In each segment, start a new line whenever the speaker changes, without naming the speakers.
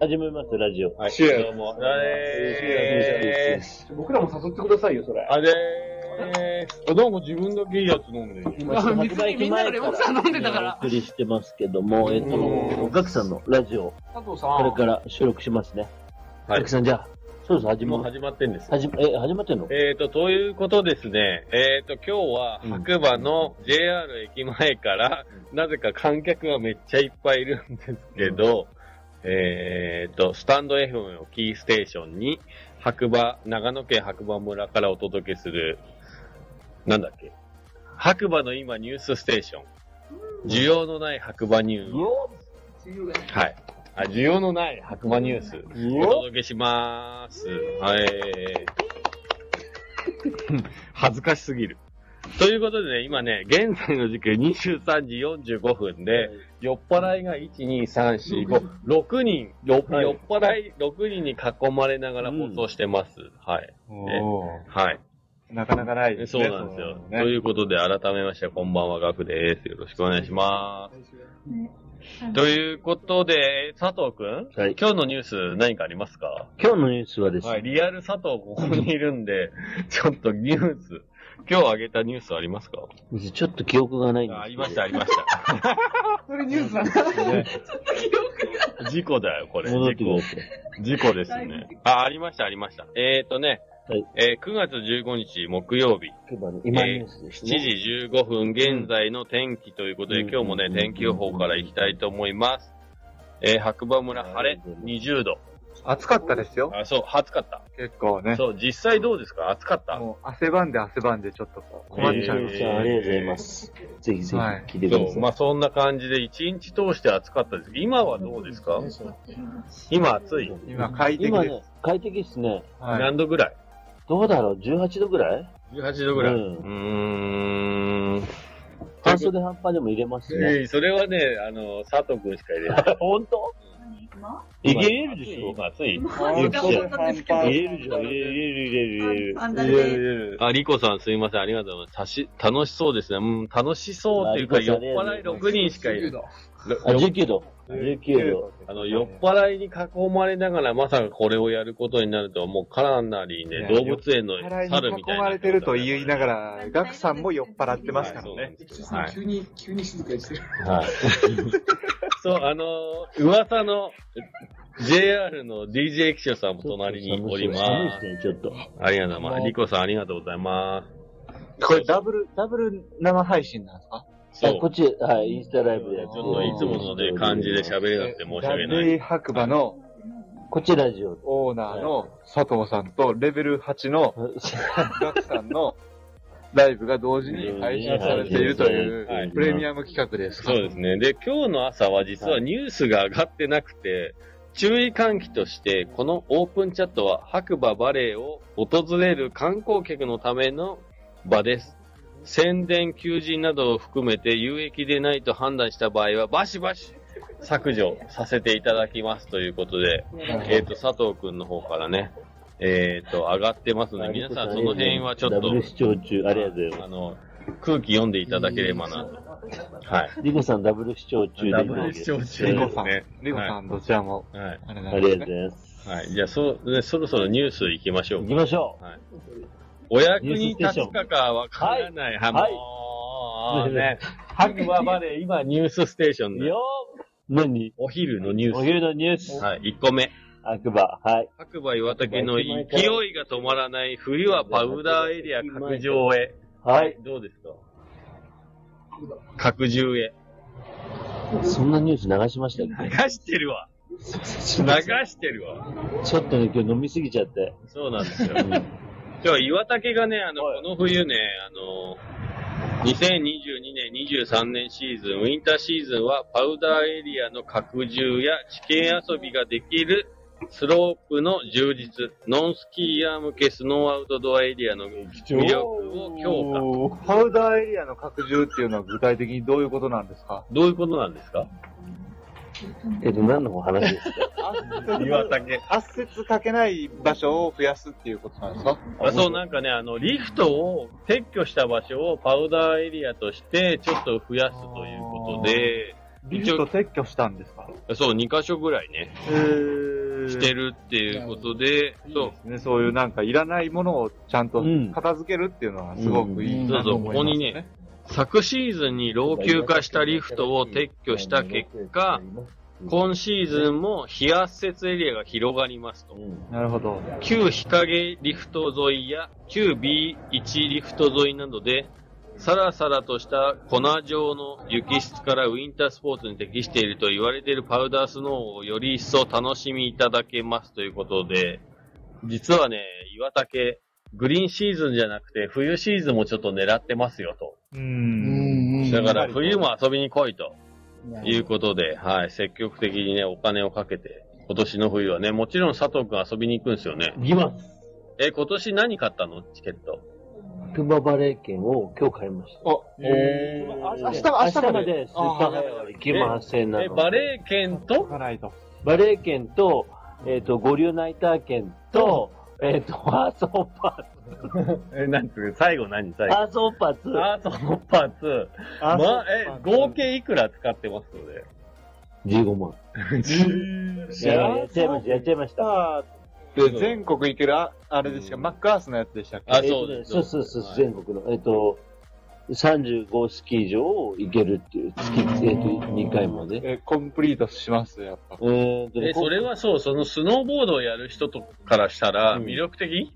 始めます、ラジオ。
はい。
シュー
どうも。
え
僕らも誘ってくださいよ、それ。
あれーあどうも自分だけいいやつ飲んでる。
今、
あ
今
白馬駅
みんながレモンサワー飲んでたから
お送りしてますけども、えっ
うん
と、ガクさんのラジオ、
佐藤さ
これ
ん。
から収録しますね。
はい
ガクさん、じゃあ、そうです、始
もう
ま、
始まってんですよ。
始ま、え、始まってんの
えーと、ということですね。えーと、今日は白馬の JR 駅前から、なぜか観客がめっちゃいっぱいいるんですけど、えーと、スタンド FM をキーステーションに、白馬、長野県白馬村からお届けする、なんだっけ、白馬の今ニュースステーション。需要のない白馬ニュース。はい。あ、需要のない白馬ニュース。お届けしまーす。 はい。恥ずかしすぎる。ということでね、今ね、現在の時間23時45分で、酔っ払いが1、2、3、4、5、6人、酔っ
はい
酔っ払い6人に囲まれながら放送してます。はい。
お
はい。
ーなかなかないです
そう
ね。
なんですよ。
そのね
ということで、改めまして、こんばんは、ガクです。よろしくお願いします。 ということで、佐藤くん、
はい
今日のニュース何かありますか
今日のニュースはです
はい、
ね、
リアル佐藤ここにいるんで、 ちょっとニュース、今日あげたニュースありますか
ちょっと記憶がないんですけど
ありました、ありました。
それニュースなんだ。
事故だよ、これ。
戻って
事
くだ
故。
さい。
事故ですね。あ、ありました、ありました。えーとね、
はい
えー9月15日木曜日、
今の今ニュースです
7
ね。
時15分現在の天気ということで、
うん
今日もね、
うん
天気予報からいきたいと思います。えー白馬村晴れ、20度。
暑かったですよ。
あ、そう、暑かった。
結構ね。
そう、実際どうですか暑かった。
もう汗ばんで汗ばんでちょっとこう困っちゃう。
えーありがとうございます。ぜひぜひ聞いてくだ
そう、
さい。
まあそんな感じで一日通して暑かったです。今はどうですか今暑い。
今快適
今
です。
ね、快適ですね。
はい。
何度ぐらい
どうだろう ?18 度ぐらい
?18 度ぐらい。
う
うんーん。
半袖半端でも入れますね。
えーそれはね、あの、佐藤くんしか入れ ない。
本当
い
い
け
け
れ
れ
る
る
で
で
し
し
ょ
ょ
暑い。
時間だったんですけど。
入れるじゃん。入れる入れる入れる
あん
い
だ
やい
け
やいやあ、リコさんすいません。ありがとうございます。たし、楽しそうですね。うん、楽しそうっていうか、
あリコ
酔
さ
っ
ん
払い6人しかいる。
入れる。あ、19度。19度。
あの、酔っ払いに囲まれながら、まさかこれをやることになるとは、もうかなりね、
いや
動物園の
払い
猿
に
み
囲
たいな。
まれてると言いなが
ら。
ら、ガクさんも酔っ払ってますからね。
はい
急に、急に静かにしてる。
はい。そう、あのー噂の JR の DJ 駅長さんも隣にお
寒
り
い
ま
です
す。
ね、ちょっと。
ありがとうございます。リコさんありがとうございま
これダブル、ダブル生配信なんですか
す。
あ
そう
こ。っち、はい、インスタライブでや
ち
って。
ょっといつものね、感じで喋れなくて申し訳な
ダブ
い。
ル白馬の
こっちラジオ。
オーナーの佐藤さんとレベル8のガクさんのライブが同時に配信されていると
はいいう
プレミアム企画です。
そうですね。で、今日の朝は実はニュースが上がってなくて、注意喚起として、このオープンチャットは白馬バレエを訪れる観光客のための場です。宣伝、求人などを含めて有益でないと判断した場合は、バシバシ削除させていただきますということで、えっ、と、佐藤くんの方からね、えっ、と、上がってますので、皆さんその辺はちょっ
ダブル
と、
視聴中。ありがとうございま
あの、空気読んでいただければなと。はい。
す。リコさんダブル視聴中で。
ダブル視聴中
リ
リ
コ
コ
さ
さ
ん、
ん。
ね
リコさん、どちらも、
はい。
あれな
あ
ん
り
で
がとうご
すね。
ざいます。
はい。じゃあ、そう、ね、そろそろニュース行きましょう
行
か
きましょ
お役に立つかかわからない。は
はい
もうね。白馬バレー、今、ニュースステーション
う。
で。
よー何
お昼のニュ
お
ー
昼のニュース
ス。。はい、1個目。
悪魔。はい。
白馬岩竹の勢いが止まらない冬はパウダーエリア拡張へ。
はい。。
どうですか拡充へ。
そんなニュース流しましたっ
流してるわ。流してるわ。
けちょっとね、今日飲みすぎちゃって。
そうなんですよ。今日岩竹がね、あの、この冬ね、あの、2022年、23年シーズン、ウィンターシーズンはパウダーエリアの拡充や地形遊びができるスロープの充実、ノンスキーヤー向けスノーアウトドアエリアの魅力を強化。
パウダーエリアの拡充っていうのは具体的にどういうことなんですか
どういうことなんですか
えっと、何のお話ですか
岩竹。
圧雪かけない場所を増やすっていうことなんですか
あそう、なんかね、あの、リフトを撤去した場所をパウダーエリアとしてちょっと増やすということで、
リフト撤去したんですか
そう、2箇所ぐらいね。
えー
してるっていうことで、そう。
ね、そういうなんかいらないものをちゃんと片付けるっていうのはすごくいいなと思い
うんそう
ます、ね
そうここにね昨シーズンに老朽化したリフトを撤去した結果、今シーズンも非圧設エリアが広がりますと。
なるほど。
旧日陰リフト沿いや旧 B1 リフト沿いなどで、さらさらとした粉状の雪質からウィンタースポーツに適していると言われているパウダースノーをより一層楽しみいただけますということで、実はね、岩竹、グリーンシーズンじゃなくて冬シーズンもちょっと狙ってますよと。
うん
だから冬も遊びに来いということで、はい、積極的にね、お金をかけて、今年の冬はね、もちろん佐藤くん遊びに行くんですよね。
行きます。
え、今年何買ったのチケット。
熊バレー券を今日買いました。明日明日
お
までスーパーハイは行きませんなの
え、
で。
バレー券と
かないと。
バレー券と、えっ、と、五流ナイター券と、えっ、と、アーソーパ
え、なんつう最後何最
ーツ、アーソーパーツ、
アートのパーツ。
あ
ま、え、合計いくら使ってますので。
15万。いややっちゃいました、やっちゃいました。
で、全国行ける、ああれですか、マッカースのやつでしたっけ
あそう
えーとね
そ
そううそうそう、
はい
全国の。えっ、と、35スキー場を行けるっていう、月、えっ、と、2回まで。
え、コンプリートします、やっぱ。
うーんとね
え、それはそう、そのスノーボードをやる人とからしたら
うん
魅力的、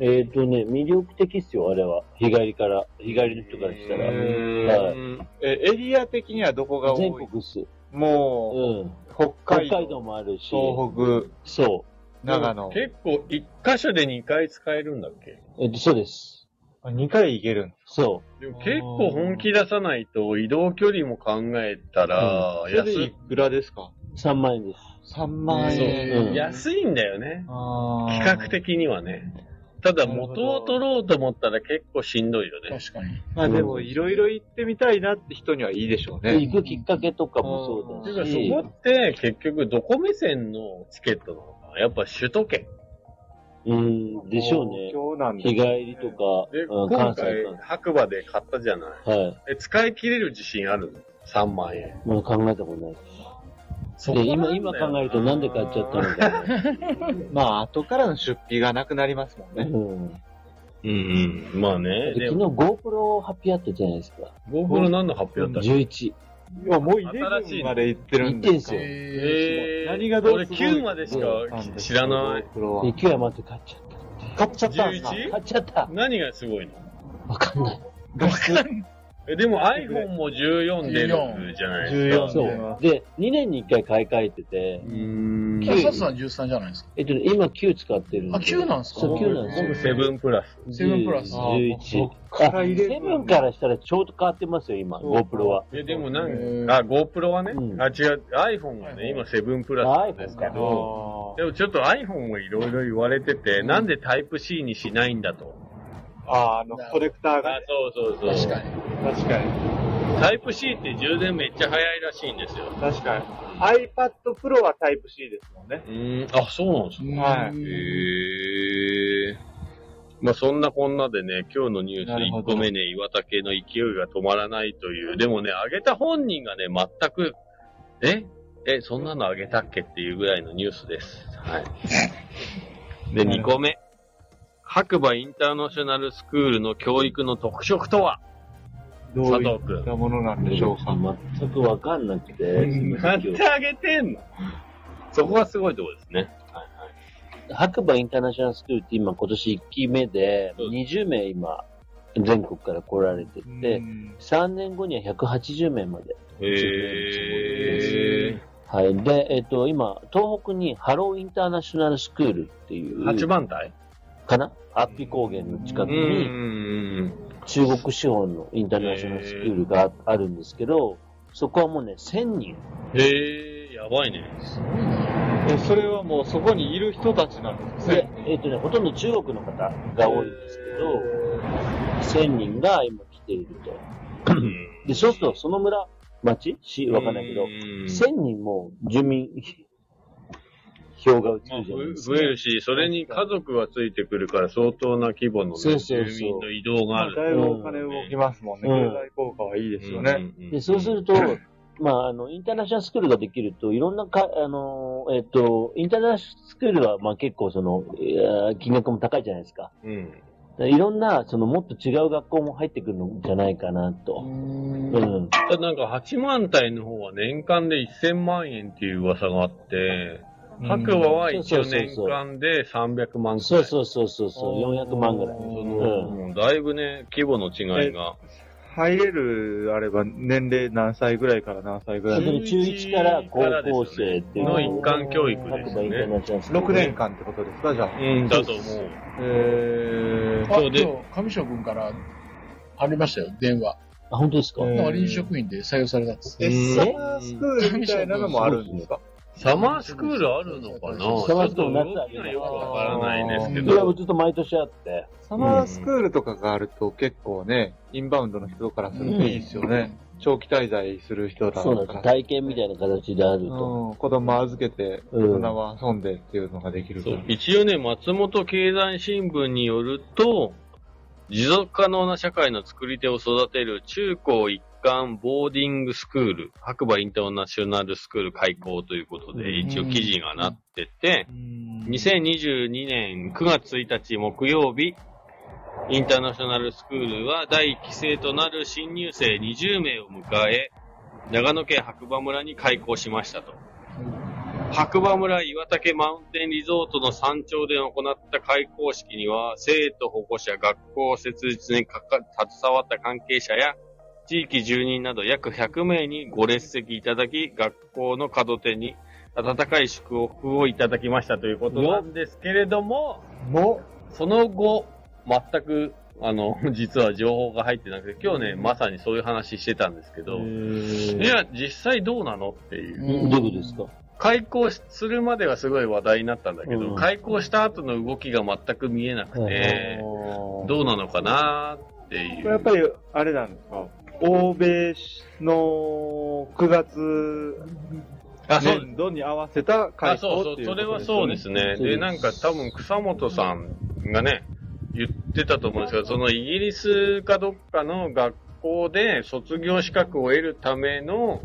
えっ、とね、魅力的っすよ、あれは。日帰りから、日帰りの人からした
う
ら。はい
ーん
え、エリア的にはどこが
全
多い
国っす。
も
うん。
う、北
北
海道、
海道もあるし、
東
そ
北、長野。
結構、一箇所で2回使えるんだっけ
う。えっ、と、そうです。
あ2回行けるん
そ
でも結構本気出さないと移動距離も考えたら、
それ
安
でい
い、
くらですか
う。3万円です。
?3 万円。
そううん
安いんだよね。
あ
比
ー
較。的にはね。ただ
なるほど
元を取ろうと思ったら結構しんどいよね。
確かに。
まあでも、いろいろ行ってみたいなって人にはいいでしょうね。
行くきっかけとかも
て
そ
いうう
だ
か
し、
そこって結局どこ目線のチケットなのかなやっぱ首都圏。
うん、でしょうね。
東京なん
日
で。
帰りとか、
で、
うん、関
今回
西
白馬で買ったじゃない。
か。はい。
え、使い切れる自信あるの ?3 万円。
まあ考えたことない。
そ
で、今、今考えるとなんで買っちゃったのかな。
まあ、後からの出費がなくなりますもん
う
ね。
ん。で
うんうん。まあね。
昨
で
日
も、
GoPro 発表あったじゃないですか。
ゴーグル何の発表だったっけ
11。
いや、もう
新しい
11
の
まで行ってるんですか
行ってんすよ
えー、
何がどう
俺
すごい
9までしか知らない。。
で、9円待って買っちゃっ
買っちゃったんですか
11?
た。買っちゃった。
何がすごいの
わかんない。
画質
え、でも iPhone も14出るじゃないですか。
14
そう。で、2年に1回買い替えてて、
うーん
九
えサスは13じゃないですか。
えっとね、今9使ってるんで。
あ9なんすか
そう、9なんですよ
僕セブンプラス。
セブンプラス
11。
あそっ
あ、
から入れる
セブンからしたらちょうど変わってますよ、今、
そう
GoPro は。
え、でもなん
へー
か、あ、GoPro はね、
うん
あ、違う、iPhone はね、今セブンプラスですけ
あ
ど、でもちょっと iPhone もいろいろ言われてて、なんでタイプ C にしないんだと。
あー、あの、コレクターが
あ、そうそうそ
確
う
か。に。
確かに。
タイプ C って充電めっちゃ早いらしいんですよ。
確かに。iPad Pro はタイプ C ですもんね。
うーん、あ、そうなんですか。
は
う
い
ん
へえ。まあそんなこんなでね、今日のニュース
なるほ
1
ど
個目ね、岩竹の勢いが止まらないという、でもね、あげた本人がね、全く、ええ、そんなのあげたっけっていうぐらいのニュースです。はい。で、
な
2
るほど
個目。白馬インターナショナルスクールの教育の特色とは
どういったものなんでしょうか。
全くわかんなくて、
なんてあげてんのそこがすごいところですね。
白馬インターナショナルスクールって今今年1期目で、
うん
20名今、全国から来られて
う
て、
ん
3年後には180名まで。
へえ。
はい。で、えっ、と、今、東北にハローインターナショナルスクールっていう、
8番隊
かなアッピ高原の近
う
く
んう
に、
んうん。
中国資本のインターナショナルスクールがああるんですけど、そこはもうね、1000人。
へえ、やばいね。
え、それはもうそこにいる人たちなんです
で
ね。、
えっ、とね、ほとんど中国の方が多いんですけど、1000人が今来ていると。で、そうすると、その村、町市わかんないけど、
ど。
1000人も住民票が移
まあ
るじゃないです
増
か。
えるし、それに家族がついてくるから相当な規模のね
そう
住
そうそう
民の移動が
ま
あ
あだ
る。
いぶお金動きますもんね。
うん
経済効果はいいですよね。
んんん
でそうすると、まあ、あの、インターナショナルスクールができると、いろんなか、あの、えっと、インターナショナルスクールは、まあ結構その、えー金額も高いじゃないですか。
うん。
だからいろんな、その、もっと違う学校も入ってくるんじゃないかなと。うん。
ただなんか8万体の方は年間で1000万円っていう噂があって、白馬は一応年間で300万く
そ
ら
う
い。
そうそうそう、そう400万ぐらい。
そ
うん
の、もうだいぶね、規模の違いが。
入れる、あれば、年齢何歳ぐらいから何歳ぐら
そ
い
れ
まで。
で中1から高校生っていう
の
を
一貫教育です
各インター
ね。
ナショナルスクール
6年間ってことですか、じゃあ。
うん、だと思う。
えー、
そ
そうう
で
で。今日上昇君からありましたよ、電話。
あ、本当ですか、
うん
なんか臨時職員で採用されたっつって。
え、サマースクールみたいなのもあるんですか
サマースクールあるのかな
サマースクール
ちょっと動きがよくわからないですけ
いや、
ど。
ずっと毎年あって。
サマースクールとかがあると結構ね、インバウンドの人からするといいですよね。長期滞在する人だ
そうなんです。体験みたいな形であると。
うん、子供預けて、
う
大
ん
人は遊んでっていうのができるか
そ
ら。
う一応ね、松本経済新聞によると、持続可能な社会の作り手を育てる中高一貫ボーディングスクール、白馬インターナショナルスクール開校ということで、
うん
一応記事がなってて、
うん
2022年9月1日木曜日、インターナショナルスクールは第1期生となる新入生20名を迎え、長野県白馬村に開校しましたと。白馬村岩竹マウンテンリゾートの山頂で行った開校式には、生徒、保護者、学校設立にかか携わった関係者や、地域住人など約100名にご列席いただき、学校の門手に温かい祝福をいただきましたということなんですけれども、
の、
その後、全く、あの、 実は情報が入ってなくて、今日ね、まさにそういう話してたんですけど、い
い、
や、実際どうなのっていう。
うん
どういうことですか
開校するまではすごい話題になったんだけど、
うん
開校した後の動きが全く見えなくて、どうなのかなってい
これやっ
う。
ぱり、あれなんですか欧米の9月
あ、そう、
年度に合わせた
あ
開
そ
放
うそ
って
う、
い
そうれ
こと
は
です
そう
よね
ですね。
そうで
で、
す
なんか多分草本さんがね、言ってたと思うんですけど、そのイギリスかどっかの学校で卒業資格を得るための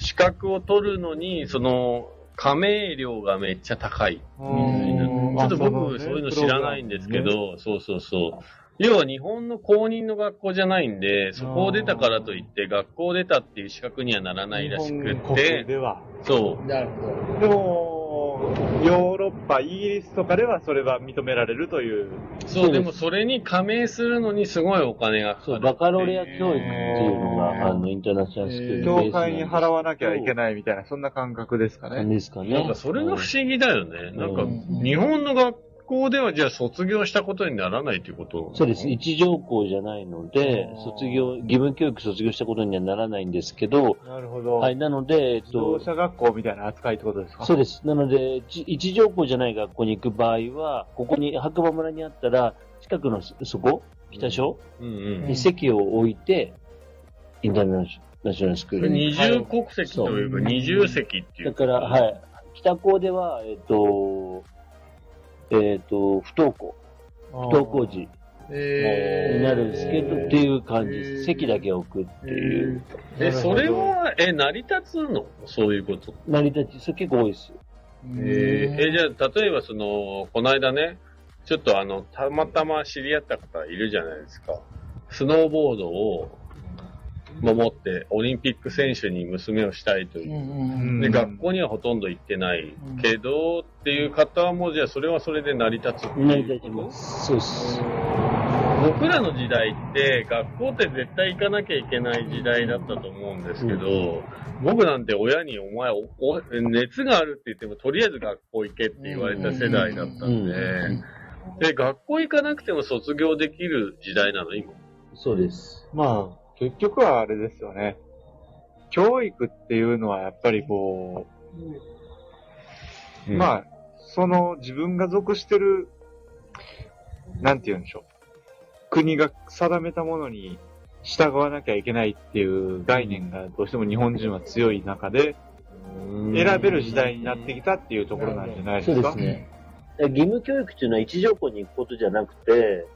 資格を取るのに、その、加盟料がめっちゃ高い。
うん
ちょっと僕、そういうの知らないんですけ、ど、そうそうそう。要は日本の公認の学校じゃないんで、そこを出たからといって、学校出たっていう資格にはならないらしく
日本国
て、
では。
そ
なるほど。
でも、ヨーロッパ、イギリスとかではそれは認められるとい
う。
う。
そう、でもそれに加盟するのにすごいお金がかか
そう、
る。
バカロレア教育っていうのが、あの、インターナショナルスクールのベー
教
スなん
会
です
に払わなきゃいけないみたいな、そんな感覚ですかね。
ですかね。
なんかそれが不思議だよね。なんか
う、
日本の学校ではじゃあ卒業したことにならないということ
そうです。一条校じゃないので、卒業、義務教育卒業したことにはならないんですけど、
なるほど
はい、なので、えっ
自
と
動、車学校みたいな扱いってことですか
そうです。なので、ち一条校じゃない学校に行く場合は、ここに、白馬村にあったら、近くのそそこ、北署
うんうん。
に席を置いて、インターナショナルスクールに。
二重国籍というか、二重席ってい
だ
う。
から、はい。北高では、えっと、えっと、不登校、
不
不登校児に
えー
なるんですけど、っていう感じで
へ
す。
ー
席だけ置くっていう。
え、それは、え、成り立つのそういうこと。
成り立ち、それ結構多いです。
えーえじゃあ、例えばその、この間ね、ちょっとあの、たまたま知り合った方いるじゃないですか。スノーボードを、守って、オリンピック選手に娘をしたいという。
うん
で、学校にはほとんど行ってないけど、っていう方も、じゃあ、それはそれで成り立つっていう。
成り立ちます。そうです。
僕らの時代って、学校って絶対行かなきゃいけない時代だったと思うんですけど、僕なんて親にお前おお熱があるって言っても、とりあえず学校行けって言われた世代だったんで、
うん
で、学校行かなくても卒業できる時代なの、今。
そうです。
まあ、結局はあれですよね。教育っていうのはやっぱりこう、まあ、その自分が属してる、なんて言うんでしょう。国が定めたものに従わなきゃいけないっていう概念がどうしても日本人は強い中で、選べる時代になってきたっていうところなんじゃないで
そう
す
で
か
す。ね。義務教育っていうのは一条校に行くことじゃなくて、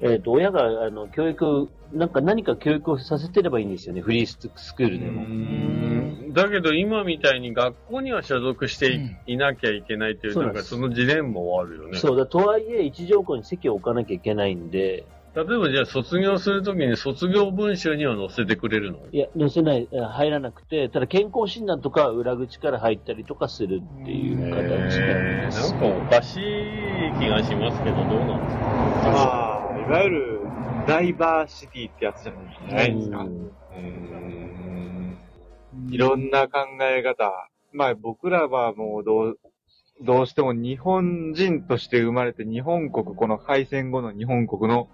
えっ、と、親が、あの、教育、なんか何か教育をさせてればいいんですよね、フリーススクールでも。
だけど今みたいに学校には所属してい,、なきゃいけないという、
そう
な
なんん
か
です
そのジレンマはあるよね。
そうだ、とはいえ、一条校に席を置かなきゃいけないんで、
例えばじゃあ卒業するときに卒業文集には載せてくれるの
いや、載せない、あ入らなくて、ただ健康診断とかは裏口から入ったりとかするっていう形なん
え
で
ー
す。
なんかおかしい気がしますけど、どうなんですか
まあ、いわゆるダイバーシティってやつじゃないですか。いろんな考え方。まあ僕らはもうどう、どうしても日本人として生まれて日本国、この敗戦後の日本国の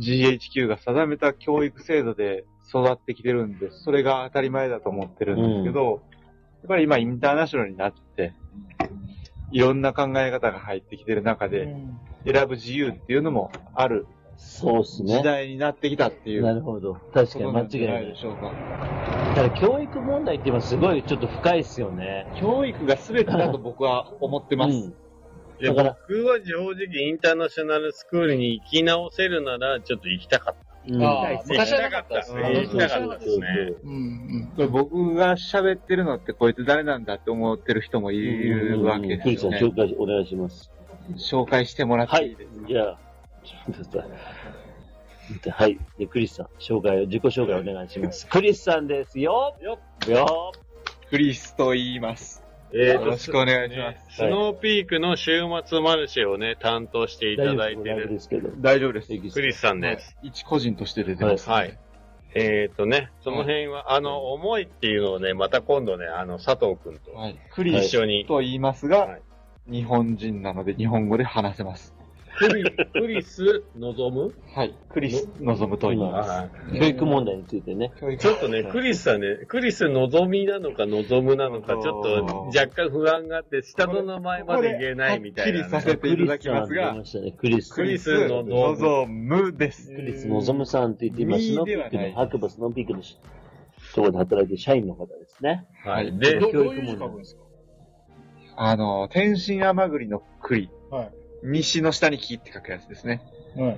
GHQ が定めた教育制度で育ってきてるんで、それが当たり前だと思ってるんですけど、やっぱり今インターナショナルになって、いろんな考え方が入ってきてる中で、選ぶ自由っていうのもある
そうです
時
ね。
代になってきたっていう。
なるほど。確かに間違いない。
でしょうか。
だから教育問題って今すごいちょっと深いですよね。
教育が全てだと僕は思ってます。
うん
いや、
だから
僕は正直インターナショナルスクールに行き直せるなら、ちょっと行きたかった。
うん
あー
行きたかったですね。行
昔
き
は
た
なか
かっ
ったた
ですね。
うんうん。
これ僕が喋ってるのってこいつ誰なんだって思ってる人もいるわけ
ひ
で
いち
す
ゃ
よ
ん、
ね。
紹介お願いします。
紹介してもらっ
は
てい
い
いです。
じゃあ、ちょっと待ってはい。で、クリスさん、紹介を、自己紹介お願いします。クリスさんですよ
よ
よ
クリスと言います。
え
よろしくお願いします。
スノーピークの週末マルシェをね、担当していただいて
大丈夫
る
ですけど。
大丈夫です。
クリスさんです。
一個人として出て
は
ま
い
す。
はい。えっ、とね、その辺は、あの、思いっていうのをね、また今度ね、あの、佐藤くんと
はいクリ
一
ス
緒に、
と言います
は
が
い、
日本人なので日本語で話せます。
クリクリス望む
はい。クリス望むと言います。
教育問題についてね。
教育
ちょっとね、クリスさんね、クリス望みなのか望むなのか、ちょっと若干不安があって、下の名前まで言えないみたいなね、
これはっきりさせていただきます
ク
が
リスさん出ましたね、クリス。
クリスの
望むです。
クリスのぞむさんって言って、今、スノーピークの、白馬スノーピークのところで働いてる社員の方ですね。
はい。
ど
で、
どういう字書くんですか
あの、天津甘栗の栗。
はい
西の下に木って書くやつですね。
は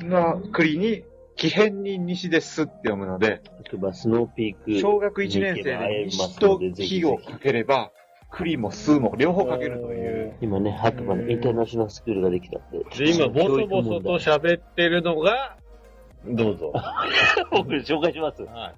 い。
の栗に、木辺に西ですって読むので、
白馬スノーピーク。
小学1年生で西と木をかければ、栗も巣も両方かけるという。
今ね、白馬のインターナショナルスクールができたって。
で今、ボソボソと喋ってるのが、どう ぞ。
僕紹介します。
は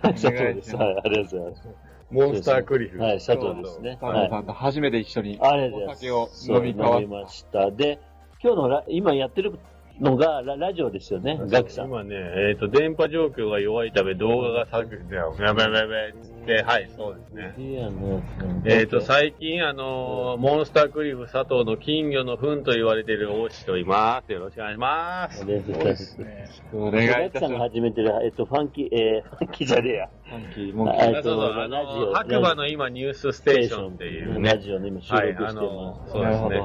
佐藤です。はい、ありがとうございま
いモンスタークリ
す。
フ。
はい、佐藤ですね。
佐
は
藤
い。
さんと初めて一緒に
ありがとうございます。
お酒を飲み交わ
そう飲みました。で、今日のラ、今やってるのがララジオですよね、ガクさん。
今ね、えっ、と、電波状況が弱いため動画が削除で、やべやべやべっつって、はい、そうですね。
いやね
えっ、と、最近、あのーモンスタークリフ佐藤の金魚の糞と言われている大師と言います。よろしくお願いします。
ありがとうございます。
ね
お願いい
ガク
たし
さんが
ます。
始めてる、えっと、ファンキー、えー、ファンキーじゃねえや。
ファンキーモンキ
は
ー
いえっと
そうそう、あ
ラジ
の
オ
ー白馬の今ニュースステーションっていう
ラ
ね、
ジオの今収
はい、
録
あ
して
の
ま
ー
す。
そうです
なるほ
ね、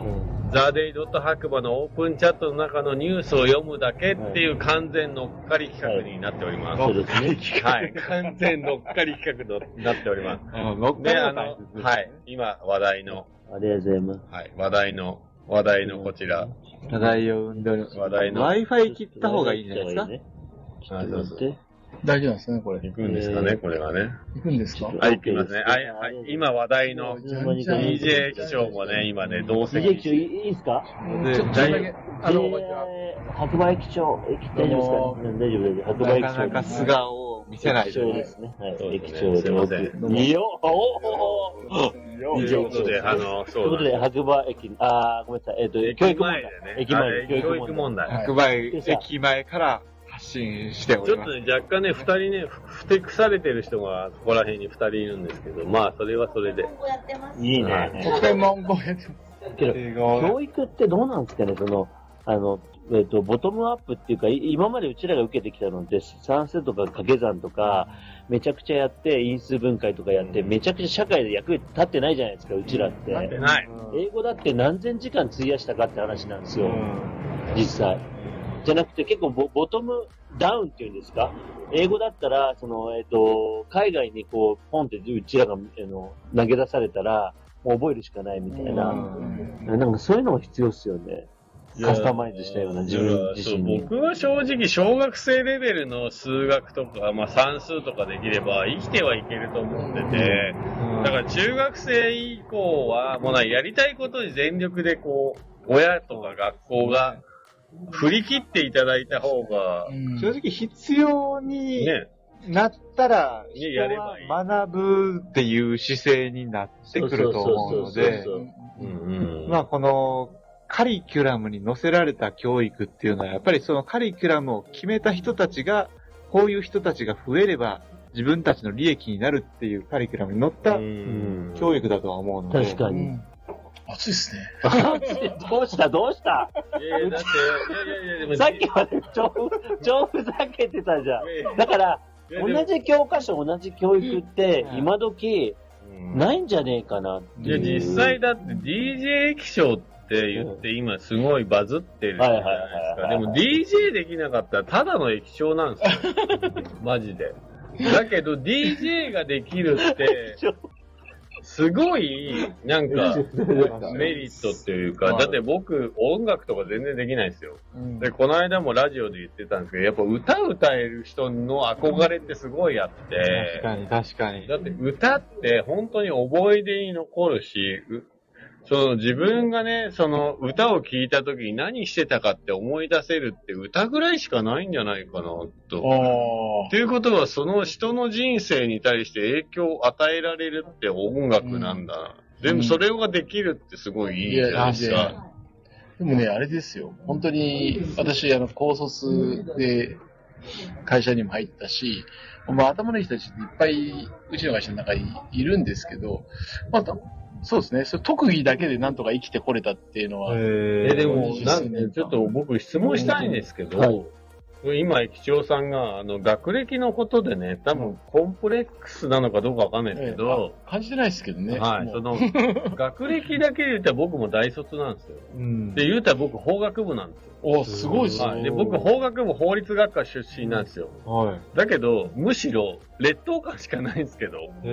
ザ・デイ・ドット白馬のオープンチャットの中のニュースを読むだけっていう完全乗っかり企画になっております。
そうですね。
はい、完全乗っかり企画となっております。
あの、乗っ
で、
か
あ
るの大
の
切です、ね
はい、今話題の、
ありがとうございます。
はい、話題の、話題のこちら、
課題を生んでおります。
話題の、
Wi-Fi 切った方がいいんじゃないですか
ちょっと待って。
大丈夫なんですね、これ。
行くんですか
え
ね、
ー
これがね。
行くんですか
はい、行きますね。はい、はい、今話題の
もう
じゃあ
DJ 機長もね、今ね、同
次
席
駅長、いいいいですか
ちょちょっとだけ、あの、
えー白馬駅長、駅大丈夫ですか大丈夫です。白馬
な
駅
か
長。
なか素顔を見せない
駅長ですね。は
そう
い、
です
駅長
ね
です
いません
いいよおー
ということで、あの、
とい
そうう
こ
だ
とで、白馬駅、あー、ごめんなさい、えっと、教育問題。
駅
駅
前
前
でね。あれ
教
教
育
育
問
問題。
白馬駅前から発信してお
ち
り
ょっ
ま
と
す。
ね、若干ね、二人ね、ふてくされてる人が、ここら辺に二人いるんですけど、まあ、それはそれで。
こうやってます。
いい
はい
ね。
特典マンゴーやって
けど
英語をね
教育ってどうなんですかね、その、あの、えっ、と、ボトムアップっていうか、い今までうちらが受けてきたのって、算数とか掛け算とか、めちゃくちゃやって、因数分解とかやって、めちゃくちゃ社会で役に立ってないじゃないですか、うちらって。
ってない。
英語だって何千時間費やしたかって話なんですよ、
うん
実際。じゃなくて結構ボボトムダウンっていうんですか英語だったら、その、えっ、と、海外にこう、ポンってうちらが、あの、投げ出されたら、もう覚えるしかないみたいな。なんかそういうのが必要っすよね。カスタマイズしたような自分自身
そう
に。
僕は正直、小学生レベルの数学とか、まあ、算数とかできれば、生きてはいけると思ってて、だから中学生以降は、もうな、やりたいことに全力で、こう、親とか学校が、振り切っていただいた方が、
うん
正直必要に
ね、
なったら、
ね
人
やれば
はい
い
学ぶっていう姿勢になってくると思うので
そう、
うんうん
まあこのカリキュラムに載せられた教育っていうのは、やっぱりそのカリキュラムを決めた人たちが、こういう人たちが増えれば自分たちの利益になるっていうカリキュラムに載った
うん
教育だとは思うので。
確か
う
に。
ん暑いっすね。
どうしたどうした
いやいやだって、いやいやいや、でも
さっきまで超、 超ふざけてたじゃん。
いや
だから、
いやでも
同じ教科書、同じ教育って
う、ん
今時、
うん
ないんじゃねえかなって
いや、
いう。
実際だって DJ 液晶って言って今すごいバズってるじゃ
はいはいはいはい
ないですか。でも DJ できなかったらただの液晶なんですよ。 マジで。だけど DJ ができるって、すごい、なん か、メリットっていうか、だって僕音楽とか全然できないんですよ。
うん
で、この間もラジオで言ってたんですけど、やっぱ歌歌える人の憧れってすごいあって、
確かに、確かに。
だって歌って本当に思い出に残るし、うその自分がね、その歌を聴いた時に何してたかって思い出せるって歌ぐらいしかないんじゃないかな、と。
あ
ということは、その人の人生に対して影響を与えられるって音楽なんだな。でもそれができるってすごいいいじゃないです
いやい
か。
あ。でもね、あれですよ。本当に、私、あの、高卒で会社にも入ったし、まあ、頭のいい人たちっていっぱい、うちの会社の中にいるんですけど、まあ、たそうですね。それ特技だけでなんとか生きてこれたっていうのは、
え、で
も
も、
な
なんん
で
で、
ち
ち
ょ
ょ
っ
っ
と
と僕質問したいんですけど、
はい。
今、駅長さんが、あの、学歴のことでね、多分、コンプレックスなのかどうかわかんないですけど、
感じてないですけどね。
はい、
も
そうの、学歴だけで言ったら僕も大卒なんですよ。
うん
で、言うたら僕、法学部なんですよ。
おすごいです
はい、
ね。
で、僕、法学部法律学科出身なんですよ。
はい。
だけど、むしろ、劣等感しかないんですけど、
え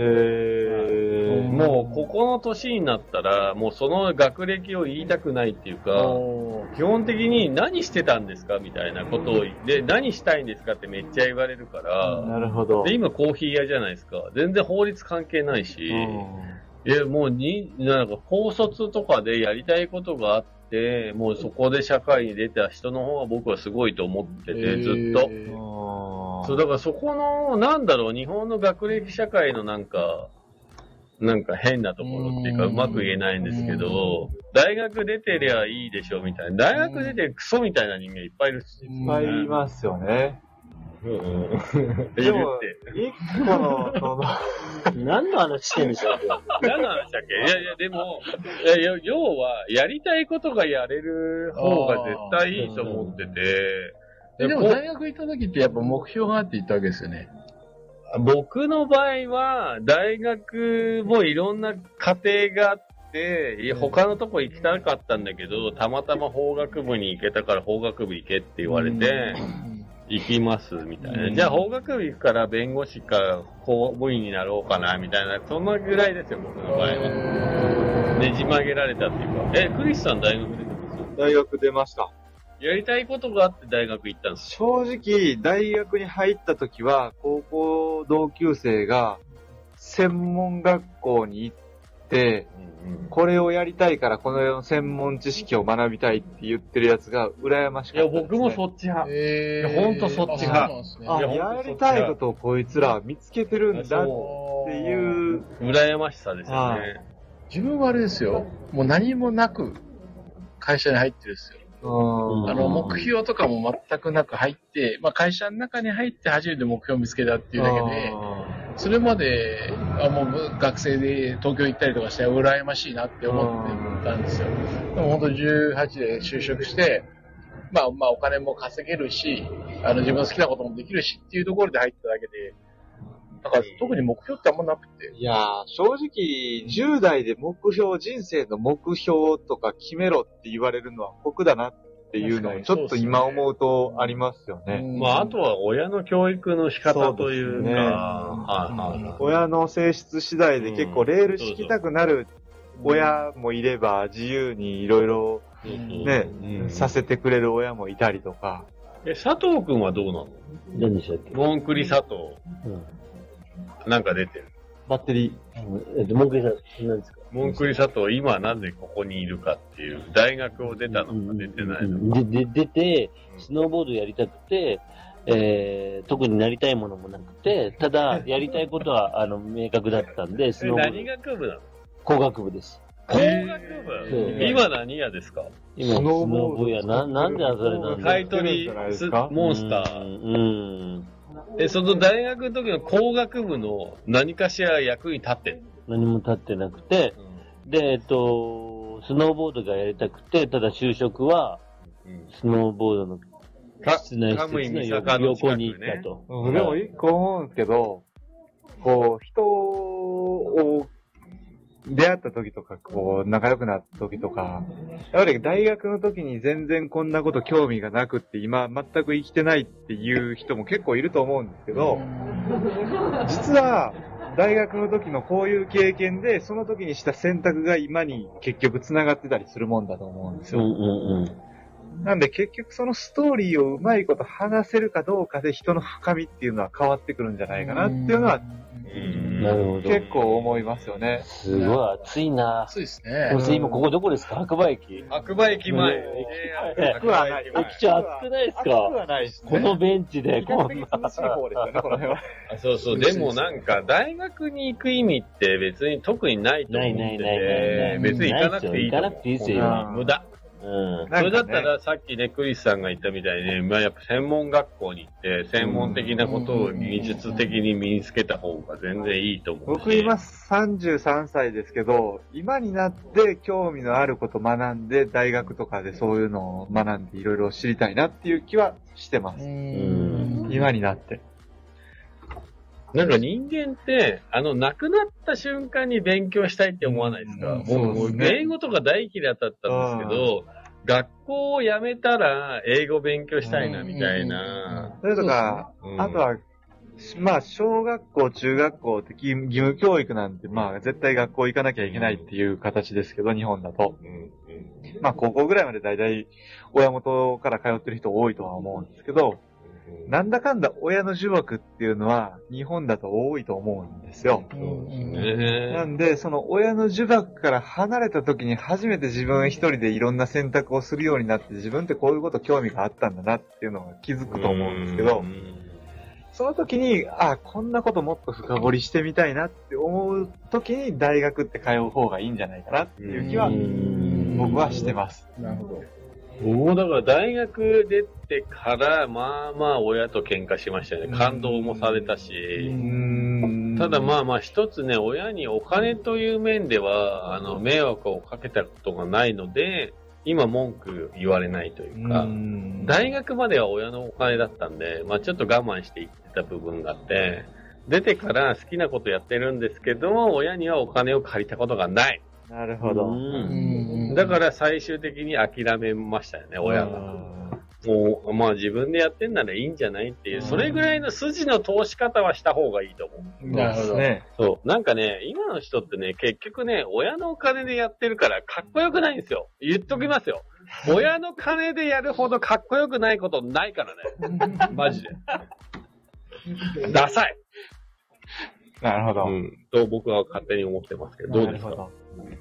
ー
もう、ここの年になったら、もうその学歴を言いたくないっていうか、
おー
基本的に何してたんですかみたいなことを、で、何したいんですかってめっちゃ言われるから、
なるほど。
で、今コーヒー屋じゃないですか。全然法律関係ないし、
う
いや、もうに、なんか高卒とかでやりたいことがあって、もうそこで社会に出た人の方が僕はすごいと思ってて、ずっと。
えー
ん
そう、だからそこの、なんだろう、日本の学歴社会のなんか、なんか変なところっていうか、
う
うんまく言えないんですけど、大学出てりゃいいでしょみたいな。大学出てクソみたいな人間いっぱいいるし。
いっぱいいますよね。
うん うん。い
で
る
も
って。
一個の、その、
何の話してんでしょう
何の話だっけいやいや、でも、いやいや要は、やりたいことがやれる方が絶対いいと思ってて、
えでも
こう
大学行った時ってやっぱ目標があって行ったわけですよね。
僕の場合は、大学もいろんな家庭があって、いや他のとこ行きたかったんだけど、たまたま法学部に行けたから法学部行けって言われて、行きますみたいな。
うん
じゃあ法学部行くから弁護士か公務員になろうかなみたいな、そんなぐらいですよ、僕の場合は。ねじ曲げられたっていうか。え、クリスさん大学出てます
大学出ました。
やりたいことがあって大学行ったんですよ。
正直、大学に入った時は、高校同級生が、専門学校に行って、これをやりたいから、この世の専門知識を学びたいって言ってるやつが、羨まし
い
か
や、
ったです、ね。
僕もそっち派。
え
いやほんとそっちが
あ
あ、
そうなんですね
いや
やりたいことをこいつらは見つけてるんだっ
そう
ていう、
羨ましさですよ
は
ね。
自分はあれですよ。もう何もなく会社に入ってるんですよ。
うん
あの、目標とかも全くなく入って、まあ会社の中に入って初めて目標を見つけたっていうだけで、それまで、あもう学生で東京行ったりとかして、羨ましいなって思ってたんですよ。でも本当18で就職して、まあまあお金も稼げるし、あの自分の好きなこともできるしっていうところで入っただけで、だから特に目標ってあんまなくて。
いやー、正直、10代で目標、人生の目標とか決めろって言われるのは酷だなっていうのを、ちょっと今思うとありますよね。
まあ、あとは親の教育の仕方というか、
そうですね
はいはい
親の性質次第で結構レール敷きたくなる親もいれば、自由にいろいろね、させてくれる親もいたりとか、
え、佐藤くんはどうなの
何でしたっけ、
モンクリ佐藤。
うん
なんか出てる。
バッテリー、
えっと、文句言ったら何ですか
モンクリ佐藤、今なぜここにいるかっていう、大学を出たのか出てないのか。
で、で、出て、スノーボードやりたくて、えー、特になりたいものもなくて、ただ、やりたいことは、 あの、明確だったんで、ス
え、
ノーボ
何
ード、
学部なの
工学部です。
工
そう
学部今何屋ですか
今、ス
ス
ノ
ノ
ー
ー
ボ
ボ
ー
ード
ドや、な、なんであそれなんだ
買い取りすモンスター。
うんうん。
え、その大学の時の工学部の何かしら役に立ってんの
何も立ってなくて、で、えっと、スノーボードがやりたくて、ただ就職は、
うん
スノーボードの
か
室内
カムイ
施
三
設
坂
の
の
横
近く
に行った
ね。
と。
うんでも一個思うんですけど、こう、人を、出会った時とか、こう、仲良くなった時とか、やっぱり大学の時に全然こんなこと興味がなくって、今全く生きてないっていう人も結構いると思うんですけど、実は、大学の時のこういう経験で、その時にした選択が今に結局繋がってたりするもんだと思うんです
うん
よ。
うんうん。
なんで結局そのストーリーをうまいこと話せるかどうかで人の深みっていうのは変わってくるんじゃないかなっていうのは
うん
なるほど。
結構思いますよね。
すごい暑いな。
そうです
で
ね
も。今ここどこですか白馬駅。
白馬駅前。
え
白馬駅前
駅長暑くないです
暑く
か
はないし、ね。
このベンチで、
比
こ
較
ん
的
な。
涼しい方ですよね、この辺は。
あそうそう、でもなんか、大学に行く意味って別に特にないと
な
思っ
いない
て
ないないない
て、別に行かなくてい
ないですよ行
いと思う。
かなくていいです
よ
うん無駄。
うん。
それだったらさっきね、クリスさんが言ったみたいに、まあやっぱ専門学校に行って、専門的なことを技術的に身につけた方が全然いいと思うし。
僕今33歳ですけど、今になって興味のあること学んで、大学とかでそういうのを学んでいろいろ知りたいなっていう気はしてま
う
す。
ん
今になって。
なんか人間って、あの、亡くなった瞬間に勉強したいって思わないですか、
うん
もう
そうですね
僕英語とか大嫌いだったんですけど、学校を辞めたら英語勉強したいな、みたいな。
それとか、
うん
あと、は、しまあ、小学校、中学校って義義務教育なんて、まあ、絶対学校行かなきゃいけないっていう形ですけど、日本だと。
うんうん
まあ、高校ぐらいまで大体、親元から通ってる人多いとは思うんですけど、なんだかんだ親の呪縛っていうのは、日本だと多いと思うんですよ。
そうですね。
なんで、その親の呪縛から離れた時に初めて自分一人でいろんな選択をするようになって、自分ってこういうこと興味があったんだなっていうのが気づくと思うんですけど、その時に、あ、こんなこともっと深掘りしてみたいなって思う時に大学って通う方がいいんじゃないかなっていう気は
うん
僕はしてます。
なるほど。
もうだから大学出てから、まあまあ親と喧嘩しましたよね。感動もされたし。
うん
ただま
あ、
あまあ一つね、親にお金という面では、あの、迷惑をかけたことがないので、今文句言われないというか、大学までは親のお金だったんで、まあちょっと我慢していってた部分があって、出てから好きなことやってるんですけど、親にはお金を借りたことがない。
なるほど。
うん
だから最終的に諦めましたよね、親が。もう、まあ自分でやってんならいいんじゃないっていう、それぐらいの筋の通し方はした方がいいと思う。
なるほ
そうです
ど。
ね。
そう。なんかね、今の人ってね、結局ね、親のお金でやってるからかっこよくないんですよ。言っときますよ。親の金でやるほどかっこよくないことないからね。マジで。ダサい。
なるほど。
ん。と僕は勝手に思ってますけど、どう
な
で
る
す
ほ
か
ど。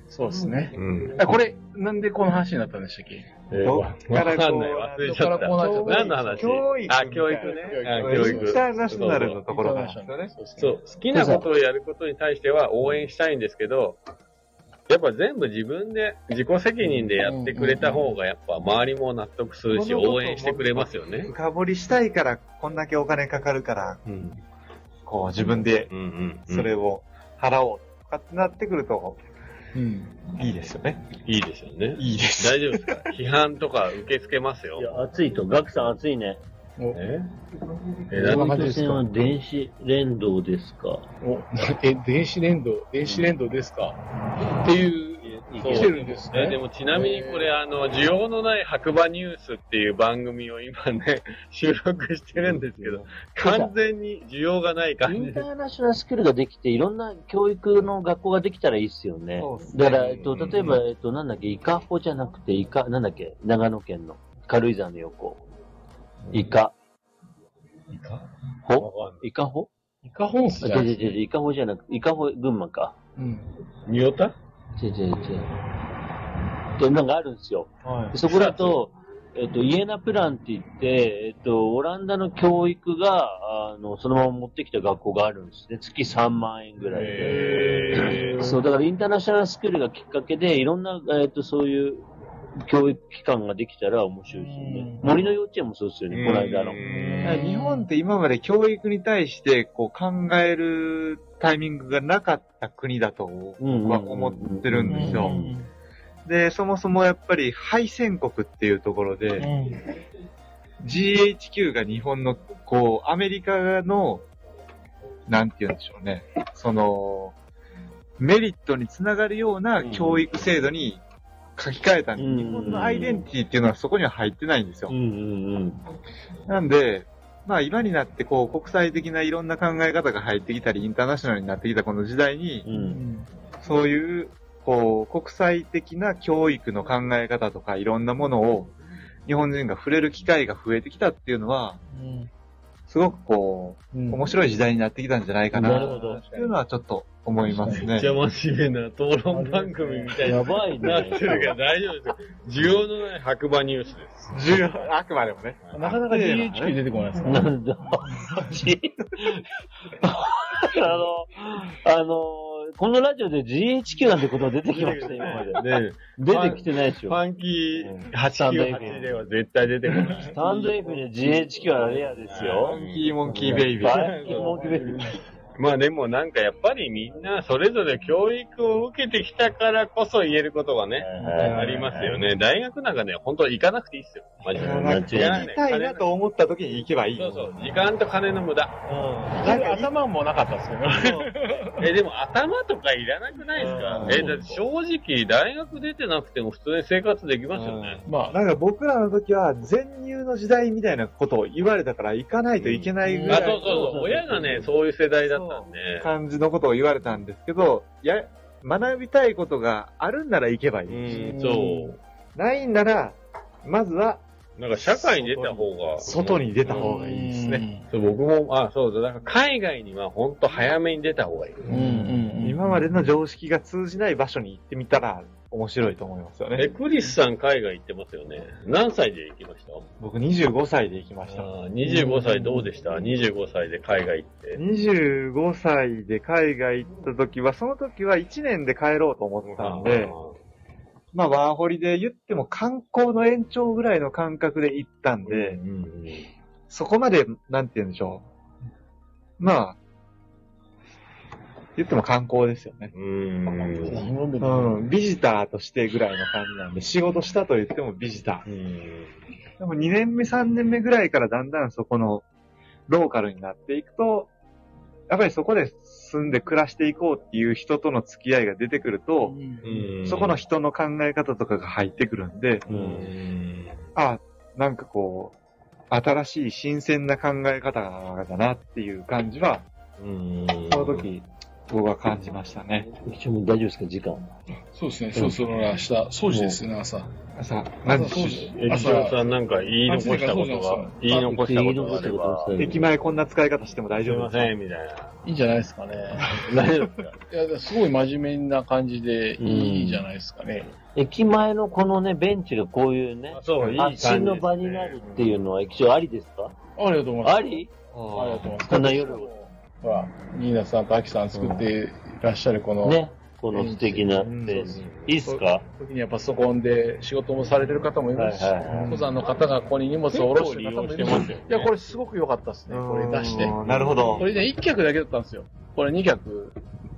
そうですね。
うん。
あこれ、なんでこの話になったんでしたっけ
えー
ど
わ
っ
わ
から
かん
こう
ない。忘れちゃっ。
どっからこうなっちゃったた
何の話
教育
あ、教育ね。あ教
教
育
育
インターナショナルのところが。
そうですね
そう、好きなことをやることに対しては応援したいんですけど、やっぱ全部自分で、自己責任でやってくれた方が、やっぱ周りも納得するし、
うんうんうん
応援してくれますよね。
深掘りしたいから、こんだけお金かかるから、
うん。
こう自分で
うんうん、
それを払おうとかってなってくると、
うん。
いいですよね。
いいですよね。
いいです。
大丈夫ですか批判とか受け付けます
い
よ。
や、暑いと、ガクさん暑いね。
お
ええ
どん
な
な感じですか
は電子連動ですか
お、え、電子連動、電子連動ですか、っていう
い
そう
け
来
ど
て
るんですね
えでもちなみにこれ、あの、需要のない白馬ニュースっていう番組を今ね、収録してるんですけど、完全に需要がない
イ
感じ
ン
で
タ
す。
ーナショナルスクールができて、いろんな教育の学校ができたらいいっすよね。
そうですね
だから、えっと、
うんうん
例えば、えっと、なんだっけ、イカホじゃなくて、イカ、なんだっけ、長野県の軽井沢の横。イカ
イカ
ホイカホ
イカ本数
あ、
じ
違
ゃ
う違
ないう
違う、イカホじゃなくて、イカホ群馬か。
うん。
見よた
違う違う違う。で、なんかあるんですよ。
は
でそこだと、えっと、イエナプランって言って、えっと、オランダの教育が、あの、そのまま持ってきた学校があるんですね。月3万円ぐらいで。
え
そう、だからインターナショナルスクールがきっかけで、いろんな、えっ、と、そういう教育機関ができたら面白いですよね。森の幼稚園もそうですよね、この間の。
日本って今まで教育に対してこう考えるタイミングがなかった国だと僕は思ってるんですよ。で、そもそもやっぱり敗戦国っていうところで、GHQ が日本の、こう、アメリカの、なんて言うんでしょうね、その、メリットにつながるような教育制度に書き換えたんで
うん
日本のアイデンティティっていうのはそこには入ってないんですよ
う。んうんうん。
なんで、まあ今になってこう国際的ないろんな考え方が入ってきたり、インターナショナルになってきたこの時代に、
うん。
そういう、こう、国際的な教育の考え方とかいろんなものを日本人が触れる機会が増えてきたっていうのは、すごくこう、面白い時代になってきたんじゃないか
な
な、
る
っ
ほど。
ていうのはちょっと思います
めっ
ね
ち。ゃ真面目な討論番組みたい
や
に
ばい
なって
ね。
るけど大丈夫ですよ。需要のない白馬ニュースです。
重要、あくまでもね。
なかなか GHQ 出てこないですね。
なん だ。あの、あの、このラジオで GHQ なんてこと出てきました、今まで。
ね
出てきてないでし
フ
ょ。
ァンキー898では絶対出てこない。
スタンド F で GHQ はレアです
モ
よ。
ンキーモンキーベイビ
バ
ー。
ッキーモンキーベイビー
まあでもなんかやっぱりみんなそれぞれ教育を受けてきたからこそ言えることがね、ありますよね。大学なんかね、本当行かなくていいっすよ。マジで。
間違いな
やりたいなと思った時に行けばいい。
そうそう、時間と金の無駄。
なんか頭もなかったですけどね。
え、でも頭とかいらなくないですか
うん
え、だって正直大学出てなくても普通に生活できますよね。
まあ、
なんか僕らの時は全入の時代みたいなことを言われたから行かないといけないぐ
あ、
ら
そうそう
い
そう。親がね、そういう世代だったんで。
の感じのことを言われたんですけど、や、学びたいことがあるんなら行けばいい。
うん、そ
ないんなら、まずは
う。なんか社会に出た方が。
外に出た方
いい
がいいですね。
ね。
そう僕も、あ、そうだ。だから海外には本当早めに出た方がいい。
うんうんうん。
今までの常識が通じない場所に行ってみたら面白いと思いますよ
え、
ね。
クリスさん海外行ってますよね。何歳で行きました
僕25歳で行きました。
あー ?25 歳どうでした ?25 歳で海外行って。
25歳で海外行った時は、その時は1年で帰ろうと思ってたんで、まあワーホリで言っても観光の延長ぐらいの感覚で行ったんで、
うんうん
そこまで、なんて言うんでしょう。まあ、言っても観光ですよね。
うん。うん
今まで
うん、ビジターとしてぐらいの感じなんで、仕事したと言ってもビジタ
うん
ー。でも2年目、3年目ぐらいからだんだんそこのローカルになっていくと、やっぱりそこで住んで暮らしていこうっていう人との付き合いが出てくると、
うん
そこの人の考え方とかが入ってくるんで、
うん
あ、なんかこう、新しい新鮮な考え方だなっていう感じは
うん
その時、僕は感じましたね。
ちょ大丈夫ですか、時間。
そうですね、そろそろ明日、掃除ですよね、朝。
さ、何
朝掃
時
除
え、
朝
一郎さんなんか言い残したことが、言い残したことがあれば、
駅前こんな使い方しても
す
大
い
丈夫
ま
ですか
せん、みたいな。
いいんじゃないですかね。
大丈夫ですか
いや、だからすごい真面目な感じでいいじゃないですかね。
駅前のこのね、ベンチがこういうね
あ、そう、いい感
発
じですね。
信の場になるっていうのは、一応ありですか
ありがとうございます。
あり
ありがとうございます。
こんな夜を
ほら、ニーナさんとアキさん作っていらっしゃるこの、
ね、この素敵なベース。いいっすか
時にはパソコンで仕事もされてる方もいますし、
はいはいはい
登山の方がここに荷物を下ろしてる方も
結構
いる
利用してますよ
いや、これすごく良かったですね。これ出して。
なるほど
こ。れね、1脚だけだったんですよ。これ2脚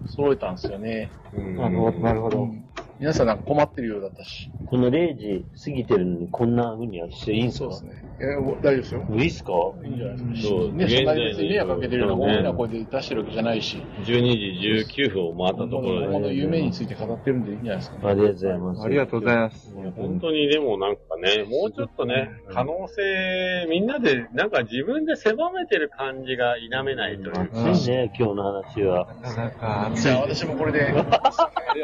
揃えたんですよね。
うん
なるほど、なるほ
う
ど。
ん皆さんなんか困ってるようだったし。
この0時過ぎてるのにこんな風にやっていいんす
そう
か
ですね。えー、大丈夫ですよ。
いいっすか
いいんじゃないですか。
そう
ね、
現
そ
在
んな
の
に別に迷惑かけてるような大きな声で出してるわけじゃないし、
12時19分を回ったところで
本物の夢について語ってるんでいいんじゃないですか。
ありがとうございます。
ありがとうございます。
いや本当にでもなんかね、もうちょっとね、可能性、みんなで、なんか自分で狭めてる感じが否めないというか。
うん暑いね、今日の話は。
なかなか
じゃあ私もこれで、
ありがとうござい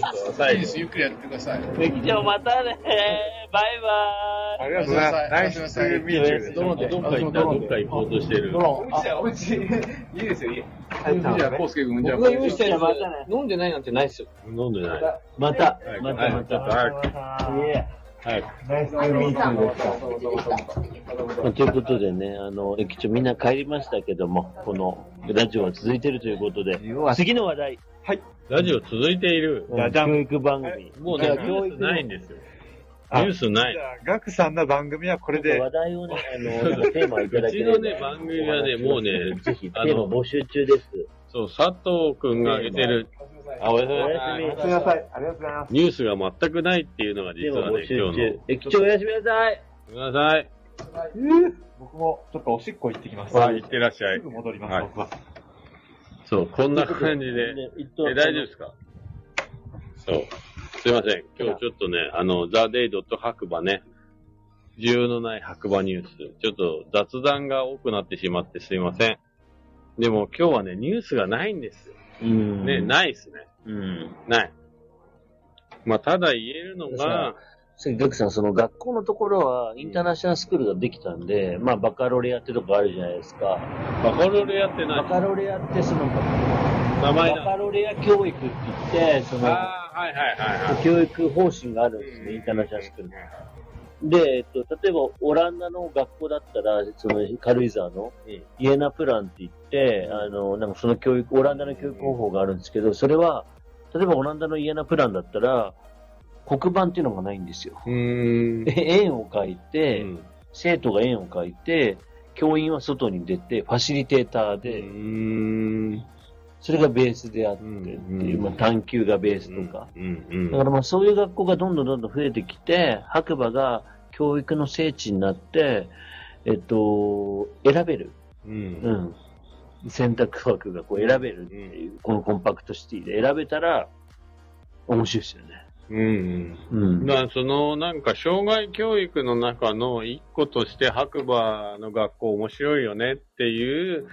ます。
いいです、ゆっくりやってください。
できちゃんまたねバイバ
ありがとうございます。ナイストゥーミーチューです。
ドローンで、
どっか行ったらどっか行こうとしてる
ド。ローン、あ、
おうち、いいですよ、いい。
じゃあ、コウスケ君、じゃあ、
僕が用意したや
じゃあまたね
つ、飲んでないなんてないっすよ。
飲んでない。
イまた
はい、
またまた。
はいはい。
まあということでね、あの、駅長みんな帰りましたけども、このラジオは続いてるということで、次の話題、
ラジオ続いている。
ダダン
教育番組。
もうね、ニュースないんですよ。ニ
あ
ュースな
じ
い。
ゃあ、ガクさんの番組はこれで、
話題をね、あの、なんかテーマをいただければ
うちのね番組はねもうね
ぜひ、テ
あ
ーマ
の
募集中です。
そう、佐藤くんが挙げてる、あ、おやすみなさい
おや
すみなさい。ありがとうございます。
ニュースが全くないっていうのが
テ
実
ーマ
は
募
ね、
集
今日
中。駅長おやすみなさい。
の。ごめんなさい。
僕もちょっとおしっこ行ってきます。
はい、いってらっしゃ
す
い
ぐ。戻ります、
はい
僕は。
そう、こんな感じで。え、大丈夫ですかそう。すいません。今日ちょっとね、あの、ザ・デイ・ドット白馬ね、需要のない白馬ニュース、ちょっと雑談が多くなってしまってすいません。でも今日はね、ニュースがないんですよ。
うん。
ね、ないですね。
うん。
ない。まあ、ただ言えるのが、
次、ガクさん、その学校のところは、インターナショナルスクールができたんで、まあ、バカロレアってとこあるじゃないですか。
バカロレやってな
バカ
い。
ロレアって、その、
名前
バ
だ。
カロレア教育って言って、その、
ああ、はいはいはいはい。
教育方針があるんですね、インターナショナルスクールに。で、えっと、例えば、オランダの学校だったら、その、軽井沢の
うん、
イエナプランって言って、あの、なんかその教育、オランダの教育方法があるんですけど、それは、例えばオランダのイエナプランだったら、黒板っていうのがないんですよ。
うーん。
で円を描いうて、
ん
生徒が円を描いて、教員は外に出て、ファシリテーター
う
で、
ーん。
それがベースであってっていう、
うん
まあ、探究がベースとか。
うんうん。
だからまあそういう学校がどんどんどんどん増えてきて、白馬が教育の聖地になって、えっと、選べる。
うん
うん。選択枠がこう選べるっていう、このコンパクトシティで選べたら、面白いですよね。
うんうん。
うん。
だからそのなんか障害教育の中の一個として白馬の学校面白いよねっていう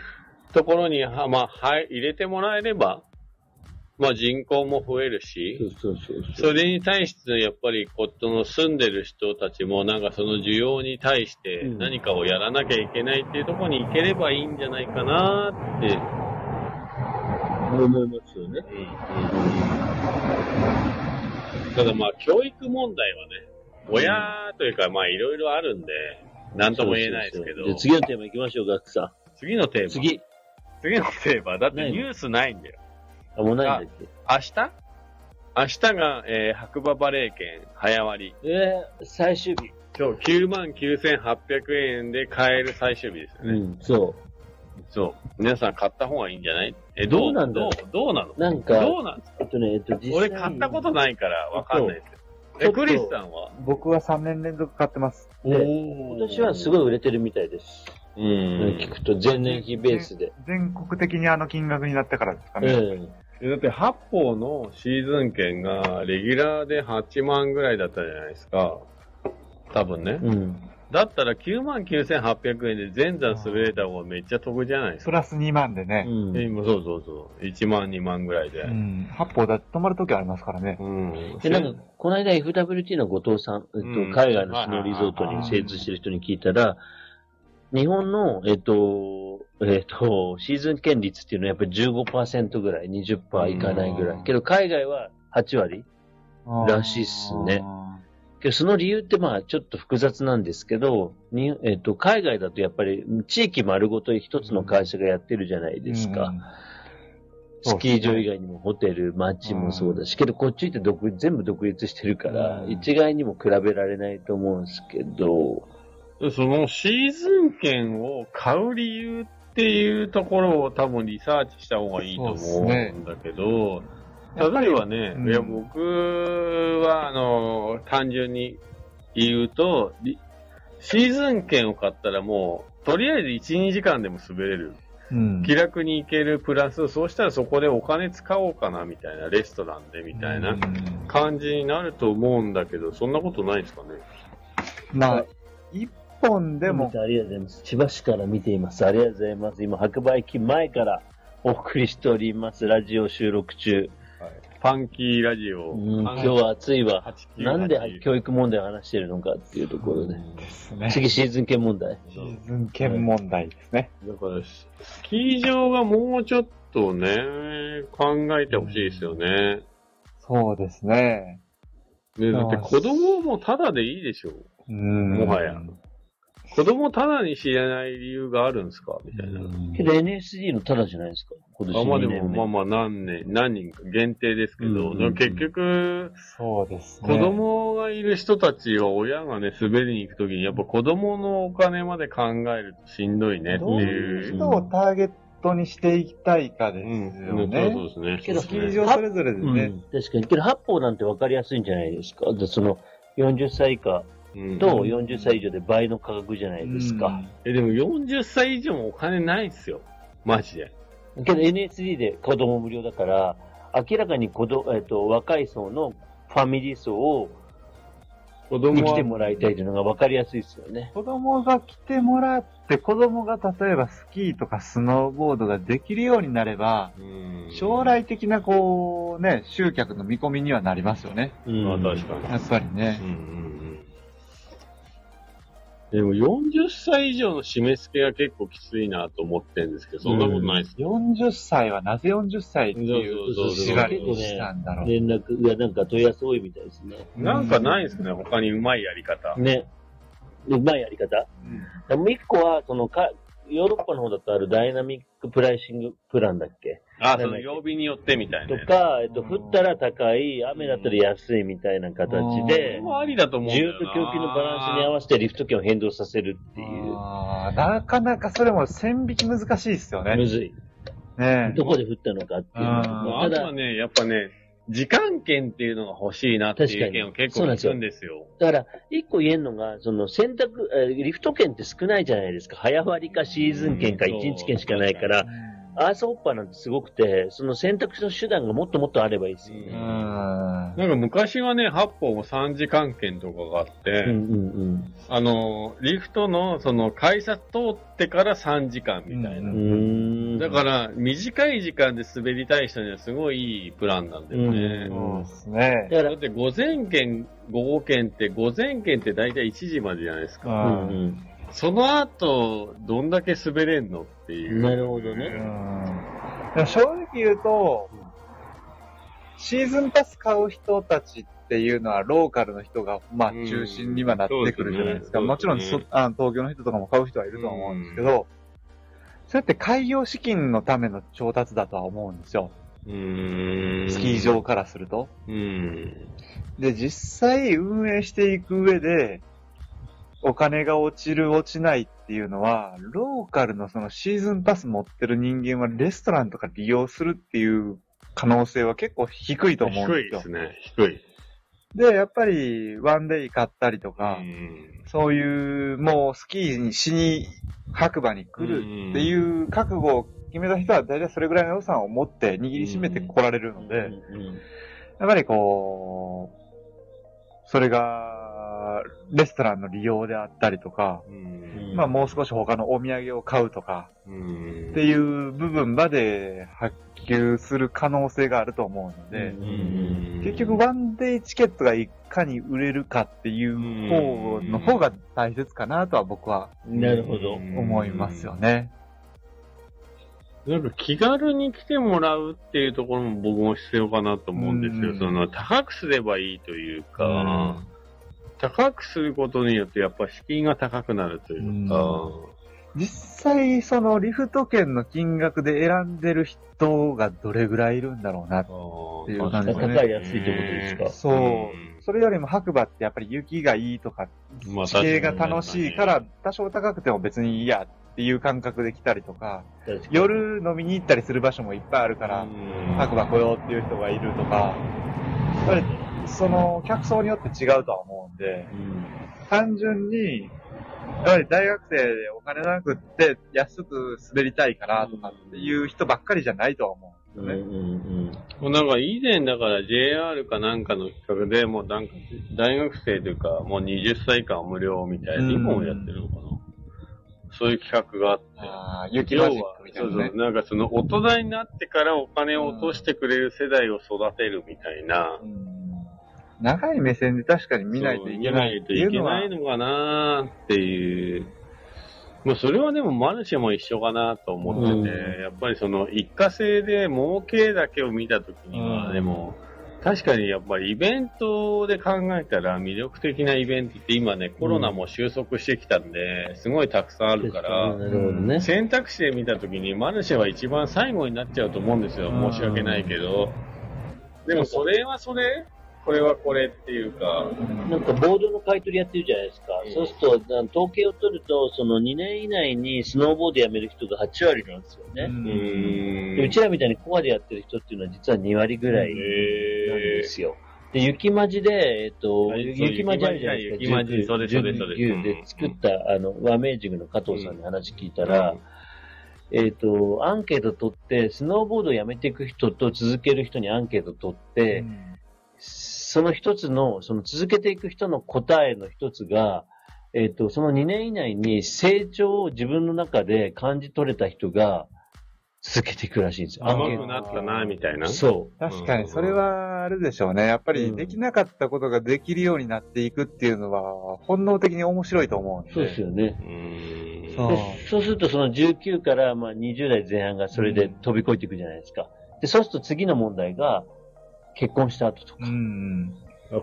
ところには、まあ、はい入れてもらえれば、まあ人口も増えるし、
そうそう
それに対してやっぱりこっちの住んでる人たちもなんかその需要に対して
うん
何かをやらなきゃいけないっていうところに行ければいいんじゃないかなって、
思いますよね。
ただまあ教育問題はね、親というかまあいろいろあるんで、なんとも言えないです
そ
けど
うそうそう。じゃあ次のテーマ行きましょう、ガクさ
次のテー
ん。
マ。
次。
次のテーマ。だって
ない
ニュースないんだよ。
あ、もうないんだっけ
明日明日が、えー白馬バレー券早割り。
えー、最終日。
今日9万9800円で買える最終日ですよね。
うん、そ
そう。皆さん買った方がいいんじゃないえ、どう
どうなんだろう
どうどうなの
う。なんか、
どうなんですか
えっとね、えっと、実際に
俺買ったことないからわかんないですよ。
ちょ
え、
っと
クリスさんは
僕は3年連続買ってます。
で今年はすごい売れてるみたいです。
う
聞くと前年比ベースで。
全国的にあの金額になったからですかね。
うん。
だって八方のシーズン券がレギュラーで8万ぐらいだったじゃないですか。多分ね。
うん。
だったら9万9800円で全座滑れた方がめっちゃ得じゃないです
プ
か。
ラス2万で
う
ね。
ん。
え今そうそうそう。1万2万ぐらいで
う。ん。八方だって泊まるときありますからね。
うん。
で、なんか、この間 FWT の後藤さん、えっと
うん、
海外のスノーリゾートに精通してる人に聞いたら、日本の、えっと、えっと、シーズン権率っていうのはやっぱり15%ぐらい、20%いかないぐら
うん
い。けど、海外は8割。らしいっすねけど、その理由ってまあ、ちょっと複雑なんですけど、にえっと、海外だとやっぱり地域丸ごと一つの会社がやってるじゃないですか。
うん。
スキー場以外にもホテル、街もそうだし、けどこっちって独全部独立してるから、
うん
一概にも比べられないと思うんですけど、
そのシーズン券を買う理由っていうところを多分リサーチした方がいいと思うんだけど、例えばね、
うん
いや、僕は、あの、単純に言うと、リシーズン券を買ったらもう、とりあえず1、2時間でも滑れる。
うん
気楽に行ける、プラス、そうしたらそこでお金使おうかな、みたいな、レストランで、みたいな感じになると思うんだけど、そんなことないですかね。
まあ、一本で
でも
も、、
ありがとうございます。千葉市から見ています。ありがとうございます。今、白馬駅前からお送りしております。ラジオ収録中。
パンキーラジ
う
オ
ん、今日は暑いわ。
898。
なんで教育問題を話してるのかっていうところで。
ですね。シ
次、シーズン権問題。
ーズン権問題ですね。
だから、スキー場がもうちょっとね、考えてほしいですよね。
そうですね。
ね、だって
あー
子供もタダでいいでしょ。
うん。
もはや子供タダに知れない理由があるんですかみたいな。
けど NSD のタダじゃないですか。今年
あまあで
2年
も、
目
まあまあ何年、何人か限定ですけ
うんうん
ど、
うん
でも結局、
そうですね。
子供がいる人たちを親がね、滑りに行くときに、やっぱ子供のお金まで考えるとしんどいねって
どう
い。
いうう人をターゲットにしていきたいかですよ
そう
ね。
ですね。
けど
スキー場それぞれで
う
ね。
ん、確かに。けど、八方なんて分かりやすいんじゃないですか。でその40歳以下
うん
と40歳以上で倍の価格じゃないですか。
え、でも40歳以上もお金ないっすよ。マジで。
けど NSD で子供無料だから、明らかに子ど、えっと若い層のファミリー層を
子
に
供
来
は
てもらいたいというのが分かりやすいですよね。
子供が来てもらって、子供が例えばスキーとかスノーボードができるようになれば、
うん
将来的なこうね、集客の見込みにはなりますよね。
う
まあ
ん、
確かに。
やっぱり
う
ね
ん。うんうん。でも40歳以上の締め付けが結構きついなと思ってるんですけど、そんなことないっすね。
40歳はなぜ40歳っていう
そうそうそう
縛りにしたんだろう。
連絡がなんか問い合わせ多いみたいですね。
なんかないっすね。他にうまいやり方。
ね。うまいやり方。でもう一個は、そのか、ヨーロッパの方だとあるダイナミックプライシングプランだっけ
あ、その曜日によってみたいな
と
やつ。
か、えっと、降ったら高い、雨だったら安いみたいな形
それ
で、
もありだと思うんだ
需
よ
要
な。
と供給のバランスに合わせてリフト券を変動させるっていう。
あーなかなかそれも線引き難しいですよね。
む
ね
ずい。
え
どこで降ったのかっていう
あ
の
ま
が。
ああ
た
と
だ
は、ね、やっぱね、時間券っていうのが欲しいなっていう意見を結構聞くんですよ。
だから、一個言えるのが、その選択、えーリフト券って少ないじゃないですか。早割りかシーズン券か
うん
1日券しかないから、アースホッパーなんてすごくて、その選択肢の手段がもっともっとあればいいですよ
う
ね。
ん。
なんか昔はね、8本も3時間券とかがあって、
うんうん
あの、リフトの、その、改札通ってから3時間みたい
うん。
な。
うーん。
だから、短い時間で滑りたい人にはすごいいいプランなんだよね。
そうですね。
だか
だ
ら
っ、て、午前券、午後券って、午前券って大体1時までじゃないです
う
か。
うん
ん。
う
その後、どんだけ滑れんのってい
ん。な
う。
るほど
う
ね。
んでも正直言うと、シーズンパス買う人たちっていうのはローカルの人が、まあ
うん
中心にはなってくるじゃないですか。
そうですね
もちろんそ
そうです
あの東京の人とかも買う人はいるとは思うんですけど、それって開業資金のための調達だとは思うんですよ。
うーん
スキー。場からすると。
うん。
で、実際運営していく上で、お金が落ちる落ちないっていうのは、ローカルのそのシーズンパス持ってる人間はレストランとか利用するっていう可能性は結構低いと思うん
低
で
い
すよ
で。すね。低い。
で、やっぱりワンデイ買ったりとか、
うん
そういうもうスキーにしに白馬に来るっていう覚悟を決めた人は大体それぐらいの予算を持って握りしめて来られるので、やっぱりこう、それが、レストランの利用であったりとか、
うん
まあもう少し他のお土産を買うとか
うん
っていう部分まで発給する可能性があると思うので、
うん
結局ワンデイチケットがいかに売れるかっていう方の方が大切かなとは僕は
なるほど。
思いますよ。ね。
なんか気軽に来てもらうっていうところも僕も必要かなと思うんですよ。
うん
その高くすればいいというか、
うん
高くすることによってやっぱ敷居が高くなるというか、
実際そのリフト券の金額で選んでる人がどれぐらいいるんだろうなっていう感じですね
高い安いってことですか。
そう。それよりも白馬ってやっぱり雪がいいとか、
うんまあ
地形が楽しいから、多少高くても別にいいやっっていう感覚で来たりとか、
確かに、
夜飲みに行ったりする場所もいっぱいあるから、白馬来ようっていう人がいるとか、やっぱりその客層によって違うとは思うんで、単純に、やっぱり大学生でお金なくって安く滑りたいからとかっていう人ばっかりじゃないとは思うん
うん
ですよね。
うん
もうなんか以前だから JR かなんかの企画で、もうなんか大学生というかもう20歳以下は無料みたいな、
うん
今もやってるのかな。そういう企画があって。
ああ、雪
要
マ
は
ジックみた
そ
いな
う
ね。
そう、なんかその大人になってからお金を落としてくれる世代を育てるみたいな。
うん長い目線で確かに見ないといけな
そう見
い
ない
って
と
い
いうけ
のは
な、いのかなっていう。まあそれはでもマルシェも一緒かなと思ってて、
う
やっぱりその一過性で儲けだけを見たときには、
うん
でも、確かにやっぱりイベントで考えたら魅力的なイベントって今ね、コロナも収束してきたんで、すごいたくさんあ
うん。
るから、
なるほどね。
選択肢で見たときに、マルシェは一番最後になっちゃうと思うんですよ。
うん
申し訳ないけど。でも、それはそれ、これはこれっていうか、
なんかボードの買い取りやってるじゃないですか。
うん
そうすると、あの統計を取ると、その2年以内にスノーボードやめる人が8割なんですよ
う
ね。
うん
で
ー
うちらみたいにコアでやってる人っていうのは実は2割ぐらいなん
え
ですよ。で、雪まじで、えっと、
はいそう
雪まじあるじゃないですか。
雪まじ
19
そうですそうですそうです
19で作った、あの、ワーメージングの加藤さんに話聞いたら、えっと、アンケート取って、スノーボードをやめていく人と続ける人にアンケート取って、その一つの、その続けていく人の答えの一つが、えっ、と、その2年以内に成長を自分の中で感じ取れた人が続けていくらしいんですよ。アンケ
甘
ー
くなったな、みたい
ト
な。
そ
確かに、それはあれでしょうね。やっぱりできなかったことができるようになっていくっていうのは、本能的に面白いと思うん
う。
で。
そうですよね。
うーん
そう
でそうするとその19からまあ20代前半がそれで飛び越えていくじゃないですか。で、そうすると次の問題が結婚した後とか、
うん。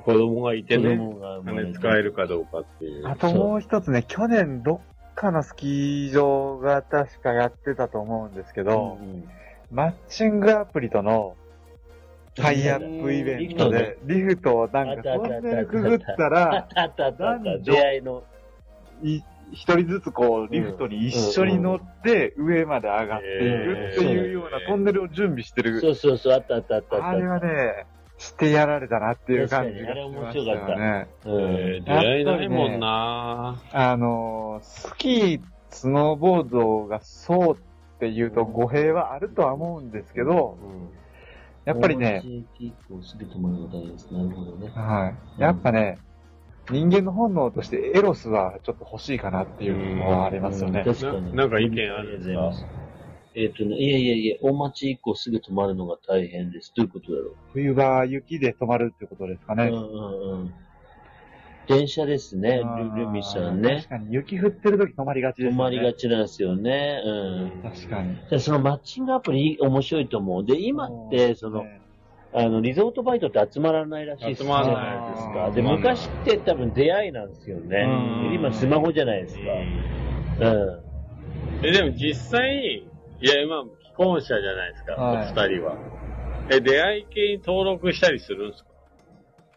子供がいて
子
ね、
供が生まれ
金
て
使えるかどうかっていう。
あともう一つね、去年どっかのスキー場が確かやってたと思うんですけど
う、ん
マッチングアプリとのタイアップイベントで、リフトをなんかトンネルくぐった
あ
ら
っ、たあったあったあった
男。女
出会いの。
い一人ずつこう、リフトに一緒に乗って、上まで上がっていくっていうようなトンネルを準備してる
そうそうそう、あったあったあったあった。
あれはね、してやられたなっていう感じがしました
確か
よ
にあ
ね。
うん
えー出会えないもんな
あの、スキー、スノーボードがそうっていうと語弊はあるとは思うんですけど、やっぱりね、
結構すべてものが大事です。なるほどね。
はい。やっぱね、人間の本能としてエロスはちょっと欲しいかなっていうのはありますよね。
確かに。
ななんか意見あ
ありがとう
るんですか
ございますえっ、とね、いやいやいや、大町以降すぐ止まるのが大変です。どういうことだろう。
冬場雪で止まるってことですかね。
うんうんうん。電車ですね、ルルミさんね
確。かに雪降ってる時止まりがちですよ
止
ね。
まりがちなんですよね。う
うん
ん。
確かに。
でそのマッチングアプリ面白いと思う。で、今って、その、
ね
あの、リゾートバイトって集まらないらしいです
集まらない
です
か。で、昔って多分出会いなんですよね
う。ん
今スマホじゃないですか。うん。
え、でも実際、いや、今、既婚者じゃないですか、
は
お
い
二人は。え、出会い系に登録したりするんですか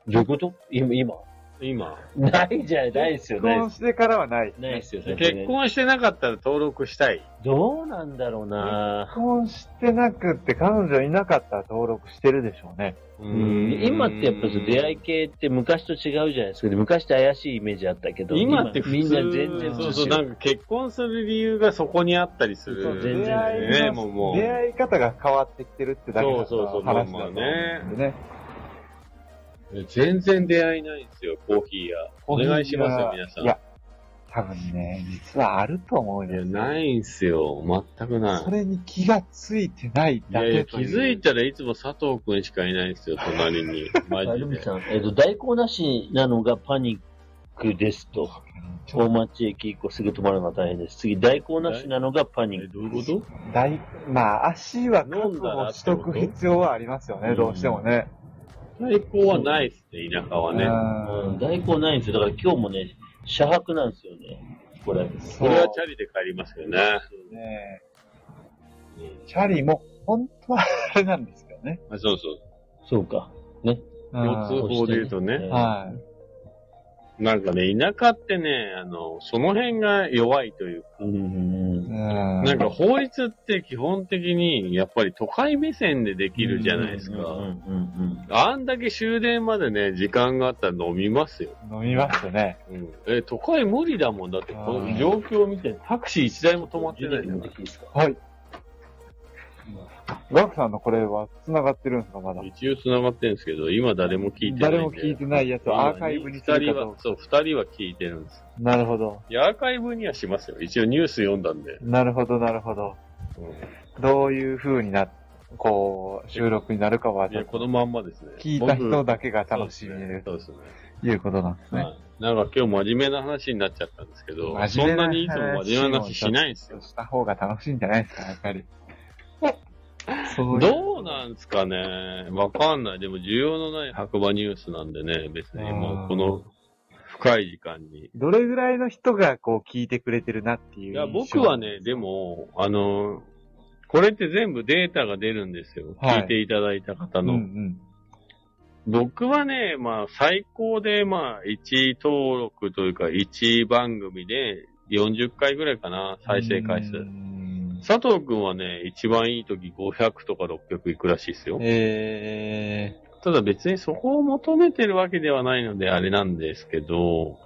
どういうこと今、今。
今。
ないじゃない、ないですよ、
結
ないで
婚
す。
してからはない。
ないですよ、
結婚してなかったら登録したい。
どうなんだろうな
結婚してなくって彼女いなかったら登録してるでしょうね。
うん今ってやっぱり出会い系って昔と違うじゃないですか。で昔って怪しいイメージあったけど。
今って普通
みんな全然
そう
普
そう、
通
なんか結婚する理由がそこにあったりす
そう
る。
全然
出会い
ね、
の
もうもう。
出会い方が変わってきてるってだけ
そう
の
そうそう
話だ
まあ
と思う
まあね
んでね。
全然出会いないんですよ、コーヒーや。お願いしますよ、
コーヒーが
皆さん。
いや、多分ね、実はあると思う
いや
よ。
ないんすよ、全くない。
それに気がついてない
い
だ
やいや、気
けという。
づいたらいつも佐藤くんしかいないんですよ、隣 に。マ
あ
ジ
ルミ
で。
さん、えっ、と、代行なしなのがパニックですと。大町駅以降すぐ止まるのが大変です。次、代行なしなのがパニ
え
ック。
どういうこと
大まあ、足は確保しとく必要はありますよね、どうしてもね。
最高はないっすね、田舎はね。
うん、
ね。
代行ないんですよ。だから今日もね、車泊なんですよね。これ。
そ
こ
う
れはチャリで帰りますよね。
ねチャリも、本当はあれなんですけどね。
あそうそう。
そうか。
うん
交通法で言うとね、
はい。
なんかね、田舎ってね、あの、その辺が弱いというか、
うんうんうん。
うん
なんか法律って基本的にやっぱり都会目線でできるじゃないですか。
うんうん
あんだけ終電までね、時間があったら飲みますよ。
飲みますよね。
え、都会無理だもん。だって、この状況を見て、タクシー一台も止まってないじゃない
はい。ガクさんのこれは繋がってるんですか、まだ。
一応繋がってるんですけど、今誰も聞いてないんで。
誰も聞いてないやつをアーカイブにす
二
る
人
かどう
は、
か。
そう、二人は聞いてるんです。
なるほど。
いや、アーカイブにはしますよ。一応ニュース読んだんで。、
なるほど、なるほど。どういう風にな、こう、収録になるかはい
や、このまんまですね。
聞いた人だけが
僕
楽しみで
そうですね。
ということなんです
そうですね
ね。
はいなんか今日真面目な話になっちゃったんですけど、
真
そん
面目
な
な
にいつも真面目な話しないんですよ。
した方が楽しいんじゃないですか、やっぱり。そういう
どうなんですかねわかんない。でも需要のない白馬ニュースなんでね、別にもうこの深い時間に。
どれぐらいの人がこう聞いてくれてるなっていう
い
印象。
や、僕はね、でも、あの、これって全部データが出るんですよ。
はい
聞いていただいた方
うん
の。
うん、
僕はね、まあ、最高で、まあ、1登録というか、1番組で40回ぐらいかな、再生回数
う。ん
佐藤くんはね、一番いい時500とか600いくらしいですよ。
えー、
ただ別にそこを求めてるわけではないので、あれなんですけど、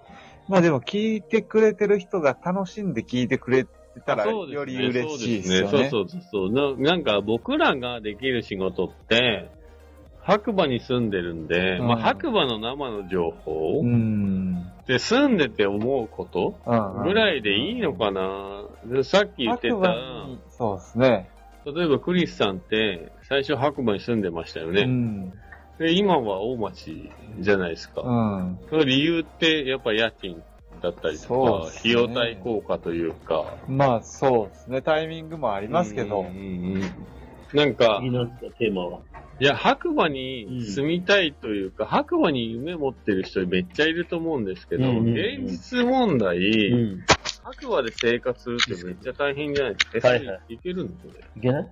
まあでも聞いてくれてる人が楽しんで聞いてくれてたら
そうですね
より嬉しいですよね。
そうですそうそうそうそうな。なんか僕らができる仕事って、白馬に住んでるんで、
うん
まあ、白馬の生の情報、
うん。
で住んでて思うことぐ
い
らいでいいのかな、でさっき言ってた、
そうですね。
例えばクリスさんって最初白馬に住んでましたよね。
うん。
で今は大町じゃないですか。
うん。
その理由って、やっぱ家賃だったりと
そう
か、
ですね
費用対効果というか。
まあそうですね。タイミングもありますけ
うん
ど
う。んうんなんか
気、になったテーマは。
いや、白馬に住みたいというか、白馬に夢持ってる人めっちゃいると思うんですけど、
うんうんうん
現実問題、
うん。
白馬で生活するってめっちゃ大変じゃないですか。、
はいはい
けるんですよね。
いけない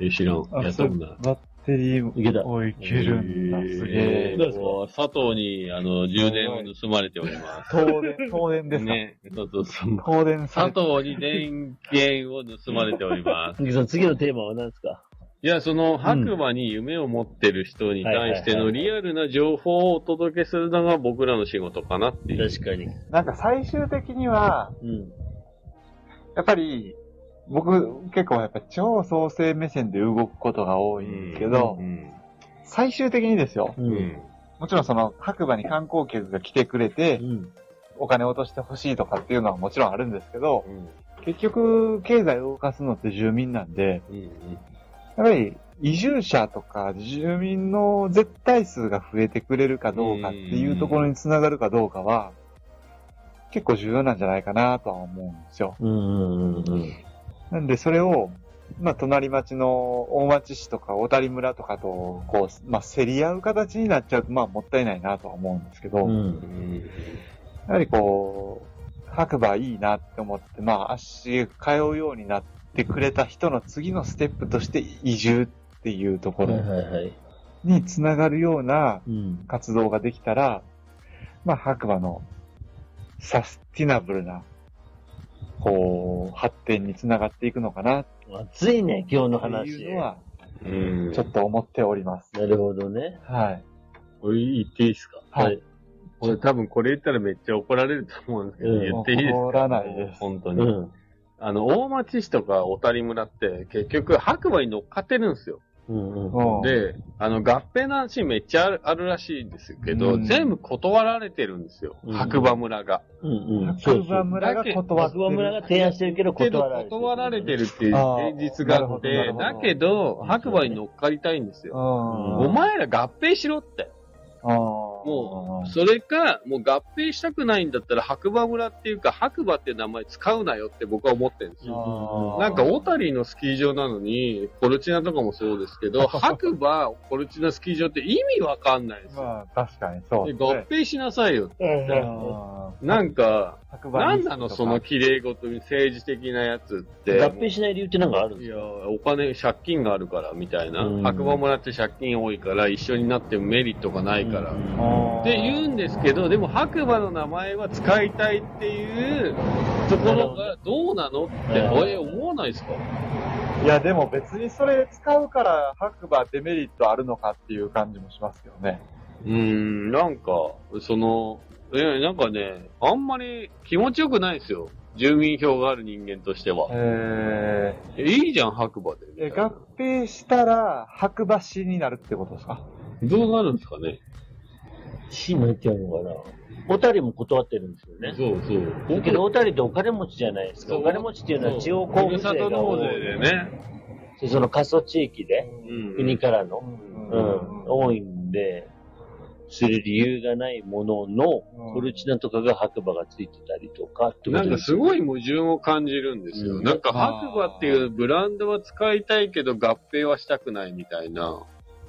え、知らん。やった
そ
こ
う
とない。
バッテリーも
いけた
おいけるんだ。すげ
え
え
ー。もう佐藤に、あの、充電を盗まれておりま。
東電、東電ですすか
ね。そうそうそう。
東電さ
佐
れて
藤に電源を盗まれております。
鈴木さん、次のテーマは何ですか
いや、その白馬に夢を持ってる人に対してのリアルな情報をお届けするのが僕らの仕事かなっていう。
確かに。
なんか最終的には、
うん。
やっぱり、僕、結構やっぱ超創生目線で動くことが多いんですけど、
うん
最終的にですよ。
う。
うんん
もちろんその白馬に観光客が来てくれて、
うん。
お金を落としてほしいとかっていうのはもちろんあるんですけど、結局経済を動かすのって住民なんで、
うん
やっぱり移住者とか住民の絶対数が増えてくれるかどうかっていうところにつながるかどうかは、結構重要なんじゃないかなとは思うんですよ。
うん。うん。うん。
なんでそれを、まあ、隣町の大町市とか小谷村とかと、こう、まあ、競り合う形になっちゃうと、まあ、もったいないなとは思うんですけど、
うん。
や
うん
はりこう、白馬いいなって思って、まあ、足通うようになってくれた人の次のステップとして移住っていうとこ
はい
ろ
はいはい。
につながるような
うん。
活動ができたら、まあ、白馬のサスティナブルな、こう、発展につながっていくのかな、
暑いね、今日の
って
話
い。うのは、
うん
ちょっと思っております。
なるほどね。
はい。
これ言っていいですか
はい。
これ多分これ言ったらめっちゃ怒られると思うんですけど、
うん
言っていいですか
怒らないです
本当
う
に。
ん。
あの、大町市とか小谷村って結局白馬に乗っかってるんですよ。
うん。うん。
もう
で、あの、合併の話めっちゃあるあるらしいんですけど、
うん
全部断られてるんですよ。
うん
白馬村が。
うん。うん。
白馬村が断って
白馬村が提案してるけど
けど
断られてる。
断られてるっていう現実があって、
あーなる
だ
ほど
けど、白馬に乗っかりたいんですよ。
うん
お前ら合併しろって。も
も
う、それか、もう合併したくないんだったら白馬村っていうか、白馬っていう名前使うなよって僕は思ってるんですよ。なんか、小谷のスキー場なのに、コルチナとかもそうですけ ど、白馬、コルチナスキー場って意味わかんないんですよ。
まあ、確かにそう
で
です
合
ね。
併しなさいよって言ったら、
うん
なんか、
白馬
な
に
んなのその綺麗事に政治的なやつって。
合併しない理由ってなんかあるんで
い
す
や、お金、借金があるからみたいな
うん。
白馬村って借金多いから一緒になってもメリットがないから。
うん
って言うんですけど、でも白馬の名前は使いたいっていうところがどうなのって、
うん
え思わないですか
いや、でも別にそれ使うから白馬デメリットあるのかっていう感じもしますけどね。
うーん、なんか、その、えーなんかね、あんまり気持ちよくないですよ。住民票がある人間としては。
え
いいじゃん、白馬で。み
ー、え
たいな
合併したら白馬市になるってことですか
どうなるんですかね。
死になっちゃうのかな。小谷も断ってるんですよね。
そうそう。
だけど、小谷ってお金持ちじゃないですか。
そう
お金持ちっていうのは地方
ふ
交
る
付
さ
税
と
が
納
多
税
い。
でね。
でその過疎地域で、
うん
国からの、う
うん
ん、多いんで、する理由がないものの、
うん
コルチナとかが白馬がついてたりとかってこ
な
と
んか
です
すごい矛盾を感じるんですよ。
うん
なんか白馬っていうブランドは使いたいけど合併はしたくないみたいな。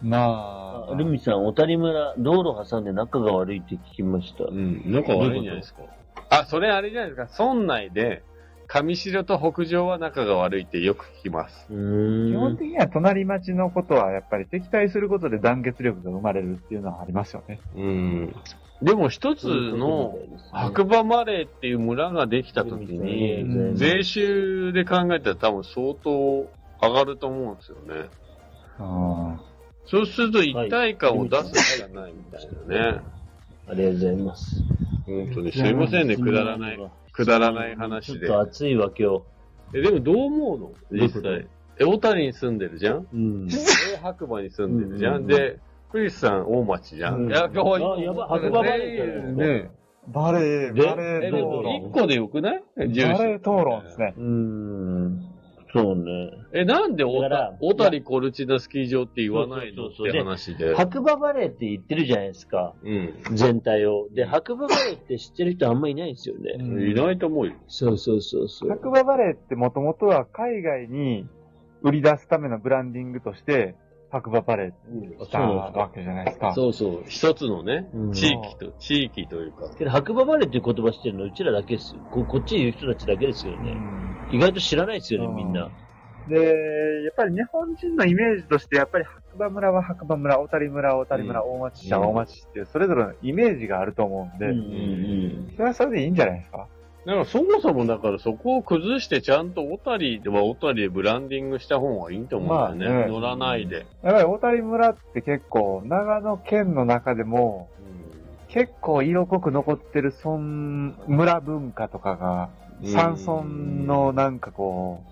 まあ、
ルミさん、小谷村、道路挟んで仲が悪いって聞きました。
ん、なんか悪いんじゃないですか。あ、それあれじゃないですか。村内で、上城と北上は仲が悪いってよく聞きます。
う
基
ー
本
ん。
的には隣町のことはやっぱり敵対することで団結力が生まれるっていうのはありますよね。
うん。でも一つの、白馬マレーっていう村ができた時に、
うん
税収で考えたら多分相当上がると思うんですよね。
あ
そうすると一体感を出すしかないみたいなね。
ありがとうございます。
本当にすいませんね、くだらない、。くだらない話
ちょっ
で
と。暑いわ、今日。
え、でもどう思うの実
どういう
際。え、小谷に住んでるじ ゃん
うん。
え、白馬に住んでるじゃ
うん
ん
うんうん
で、クリスさん、大町じゃ
うん
ん。いや、かわい
あ
い。
やばい白馬バレーじゃない
ね
あ。バレー、
で
バレ
え、
ー
で
討
も
論。
1個でよくない
バ
住所
レー討論ですね。
うーん。そうね。
え、なんで
だから
小谷コルチナスキー場って言わないのっ
そうそうそうそう
て話で。
白馬バレーって言ってるじゃないですか。
うん。
全体を。で、白馬バレーって知ってる人あんまいないんですよね。
いないと思うよ。
そうそうそうそう。
白馬バレーってもともとは海外に売り出すためのブランディングとして白馬バレーってしたわけじゃないですか。
そうそう。一つのね
うん、
地域と、地域というか。
けど白馬バレーっていう言葉知ってるのうちらだけですよ。ここっちにいる人たちだけですよ
う
ね。
ん
意外と知らないですよね、みんな。
で、やっぱり日本人のイメージとして、やっぱり白馬村は白馬村、小谷村、小谷村、大町市は大町市っていう、それぞれのイメージがあると思うんで、
ん
それはそれでいいんじゃないですか。
だからそもそもだからそこを崩してちゃんと小谷では小谷でブランディングした方がいいと思うんだよね。
まあね
乗らないで。
やっぱり小谷村って結構、長野県の中でも、結構色濃く残ってる村、村文化とかが、
うん
山村のなんかこ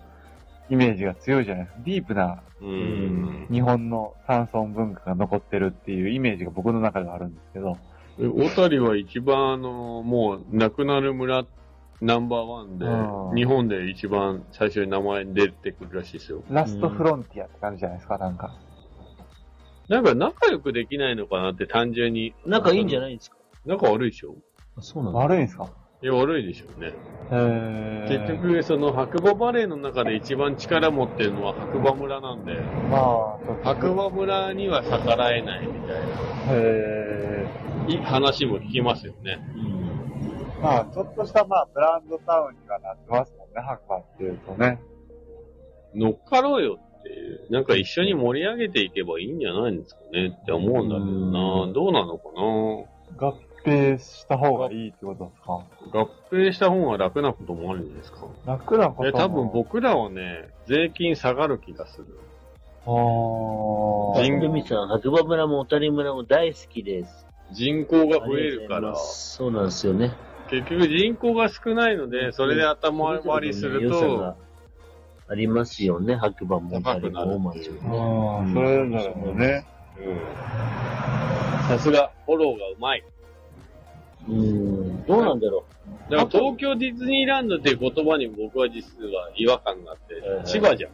う、イメージが強いじゃないですか。ディープな
うん。
日本の山村文化が残ってるっていうイメージが僕の中ではあるんですけど。
え小谷は一番あの、もう亡くなる村ナンバーワンで
うん、
日本で一番最初に名前出てくるらしいですよ。
ラストフロンティアって感じじゃないですか、なんか。
なんか仲良くできないのかなって単純に。
仲いいんじゃないんですか
仲悪いでしょ
あそうなんだ。
悪いんですか
いや、悪いでしょうね。
へ
結局、その白馬バレーの中で一番力持ってるのは白馬村なんで、
まあ、
白馬村には逆らえないみた
へ
いない話も聞きますよね。
ーまあ、ちょっとした、まあ、ブランドタウンにはなってますもんね、白馬っていうとね。
乗っかろうよっていう、なんか一緒に盛り上げていけばいいんじゃないんですかねって思うんだけどな。どうなのか
合併した方がいいってことですか
な。合併した方が楽なこともあるんじゃないですか。
楽なことも
え、多分僕らはね、税金下がる気がする。
あー
人
ルミさん、白馬村も小谷村も大好きです。
人口が
あ
増えるか
りがとうござい
ら
ま。すそうなんですよね。
結局人口が少ないので、それで頭割りする
それぞれの良さ
と
が、ありますよね、白馬も
高くなる
大
って
町
いう
も。
あーそれなるほどね。
うんさすが、フォローがうまい。
うん、どうなんだろ
だから東京ディズニーランドっていう言葉に僕は実は違和感があって、
うん
千葉じゃん。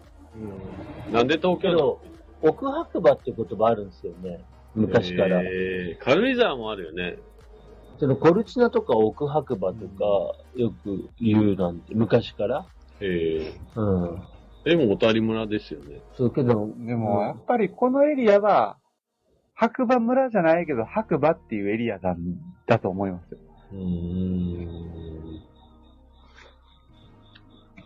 う。
なんで東京
け
なの
ど、奥白馬って言葉あるんですよね。昔から。
えー軽井沢もあるよね。
そのコルチナとか奥白馬とか、よく言うなんて、昔から。
え
うん。
ー、でも小谷村ですよね。
そうけど、
でも、やっぱりこのエリアは、白馬村じゃないけど、白馬っていうエリアだだと思いますよ。
うん。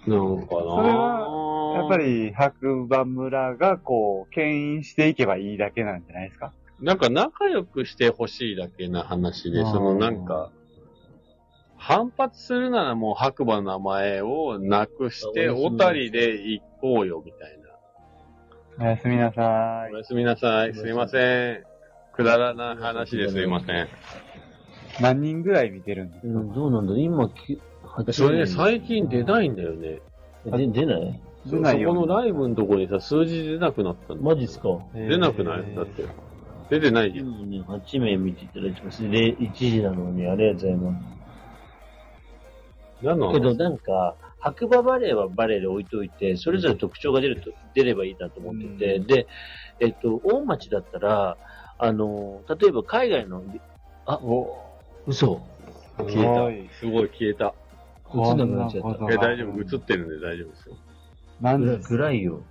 なのかな
それはやっぱり白馬村がこう、牽引していけばいいだけなんじゃないですか
なんか仲良くしてほしいだけな話で、
あー
そのなんか、反発するならもう白馬の名前をなくして、
あおやす
小
み
谷で行こうよみたいな。
おやすみなさ
おやすみなさい。すいません。くだらな話ですいません。
い。何人ぐらい見てるんですか、
どうなんだろう今、き8
それね、最近出ないんだよね。
で出ない
そそ
出ないよ
このライブのとこにさ、数字出なくなったんだ
マジっすか
出なくないだって。出てないじゃん。
?8 名見ていただいてます。で、1時なのに、ありがとうございます。
なの
けどなんか、白馬バレーはバレーで置いといて、それぞれ特徴が出ると、出ればいいなと思ってて、で、えっと、大町だったら、あの、例えば海外の、嘘。
消えた。すごい消えた。
映んなくなっちゃっ
え、大丈夫。映ってるんで大丈夫ですよ。
何
た。
ですか
暗いよ。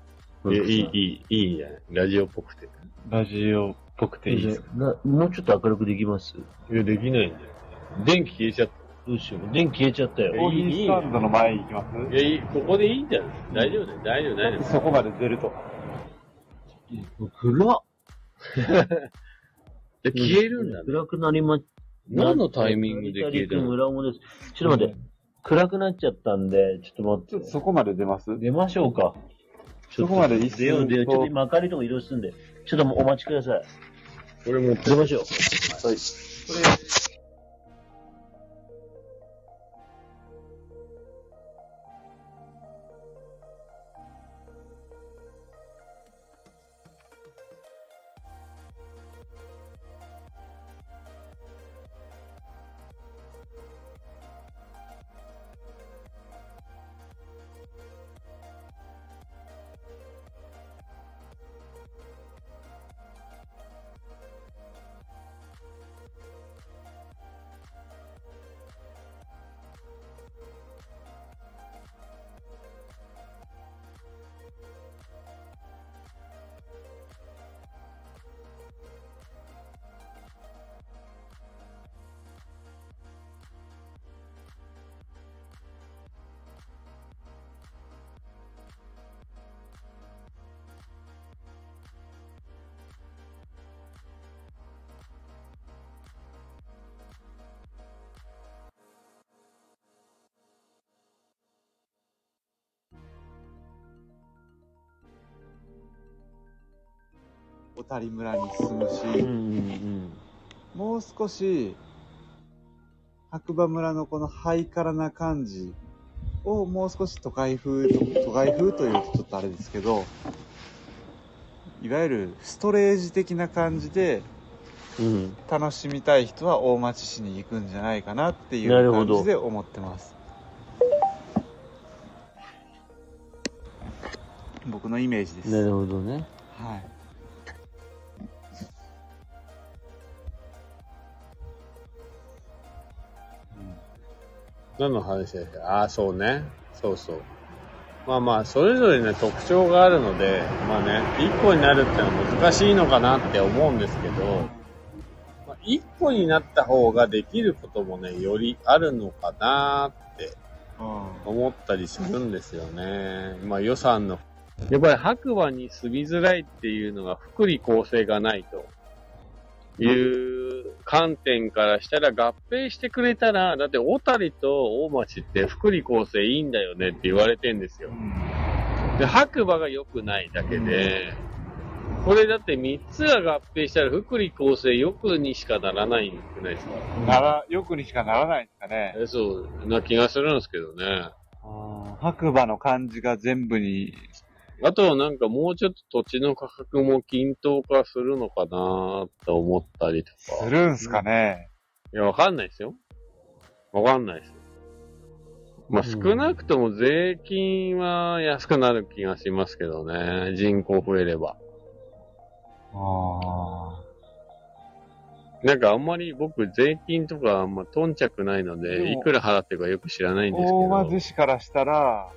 いやいい、いい、いいやん。ラジオっぽくて。
ラジオっぽくていいですか
なもうちょっと明るくできます
いや、できないんだよ。電気消えちゃっ
どうしよう。電気消えちゃった
え
よ。
コーヒースタンドの前行きま
た。いや、いい、ここでいいんじゃない大丈夫だよ、大丈夫、大丈
すそこまで出ると。
暗っ
夫。で、消えるんだね。
暗くなりま、
何のタイミングで消えたの
村尾です。ちょっと待って、暗くなっちゃったんで、ちょっ
ち
と
ょっ
待
と
って。
そこまで出ます
出ましょうか。
そこまで一
出よ
瞬
う出よう。ちょっと
と
今明かりとか移動するんで。ちょっともうお待ちください。
これも、
出ましょう。
小谷村に進む
う
し、
ん
もう少し、白馬村のこのハイカラな感じをもう少し都会風と、都会風というとちょっとあれですけど、いわゆるストレージ的な感じで
うん。
楽しみたい人は大町市に行くんじゃないかなっていう
なるほ
感
ど
じで思ってます。僕のイメージです。
なるほどね。
はい。
何の話だっけああ、そうね。そうそう。まあまあ、それぞれね、特徴があるので、まあね、一個になるってのは難しいのかなって思うんですけど、まあ、一個になった方ができることもね、よりあるのかなって思ったりするんですよね。まあ予算の。やっぱり白馬に住みづらいっていうのが福利厚生がないという観点からしたら合併してくれたら、だって小谷と大町って福利厚生いいんだよねって言われてんですよ。で、白馬が良くないだけで、これだって3つが合併したら福利厚生良くにしかならないんじゃないですか。
なら、よくにしかならないですかね。
えそうな気がするんですけどね。
白馬の感じが全部に、
あとはなんかもうちょっと土地の価格も均等化するのかなと思ったりと
す
か。
るんすかね。
いや、わかんないですよ。わかんないですよ。まあ、
うん
少なくとも税金は安くなる気がしますけどね。人口増えれば。
あ
なんかあんまり僕税金とかあんま頓着ないの
で
で、い
も
くら払ってるかよく知らないんですけど
大和。市からしたら、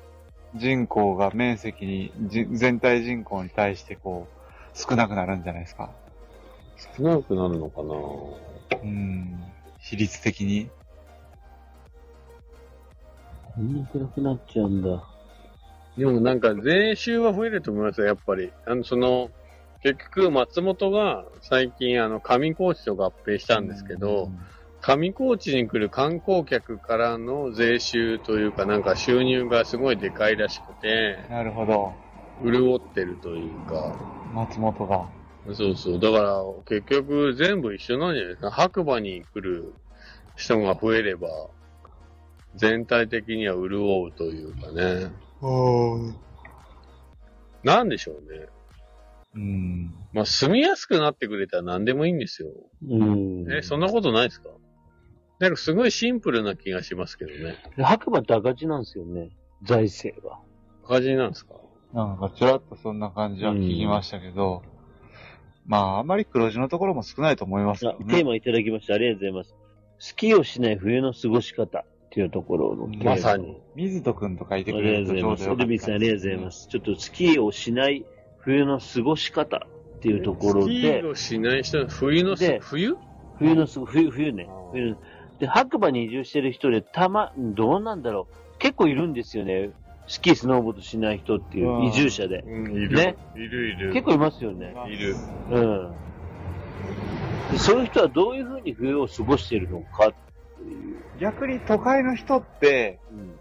人口が面積に、じ全体人口に対してこう、少なくなるんじゃないですか。
少なくなるのかな
うん。比率的に。
こんな暗くなっちゃうんだ。
でもなんか税収は増えると思いますよ、やっぱり。あの、その、結局、松本が最近、あの、上高地と合併したんですけど、上高地に来る観光客からの税収というか、なんか収入がすごいでかいらしくて、
なるほど。
潤ってるというか、
松本が。
そうそう。だから、結局全部一緒なんじゃないですか。白馬に来る人が増えれば、全体的には潤うというかね。なんでしょうね。
うん。
まあ、住みやすくなってくれたら何でもいいんですよ。
うん。
え、そんなことないですかなんかすごいシンプルな気がしますけどね。
白馬だがちなんですよね。財政は。
赤字なんですか
なんか、ちらっとそんな感じは聞きましたけど、まあ、あまり黒字のところも少ないと思いますけ
あ
ど
テー
ね。
マいただきました。ありがとうございます。スキーをしない冬の過ごし方っていうところのテーマ
まさに。
水戸くんと書い
あ
てくれ
り
る
がと
と
うござ
ち
い
ょ
ます。ル
うどよかった
ビーさん、ありがとうございます。ちょっとスキーをしない冬の過ごし方っていうところ
スキ
で
ー、をしない人、冬のす
で、
冬
冬のすご、冬、冬ね
あー。
冬ので、白馬に移住してる人で、たま、どうなんだろう。結構いるんですよね。スキー、スノーボードしない人っていうう、
ん
移住者で。
うん、いる。
ね
いるいる。
結構いますよね。
いる。
うん。でそういう人はどういうふうに冬を過ごしてるのかっていう。
逆に都会の人って、
うん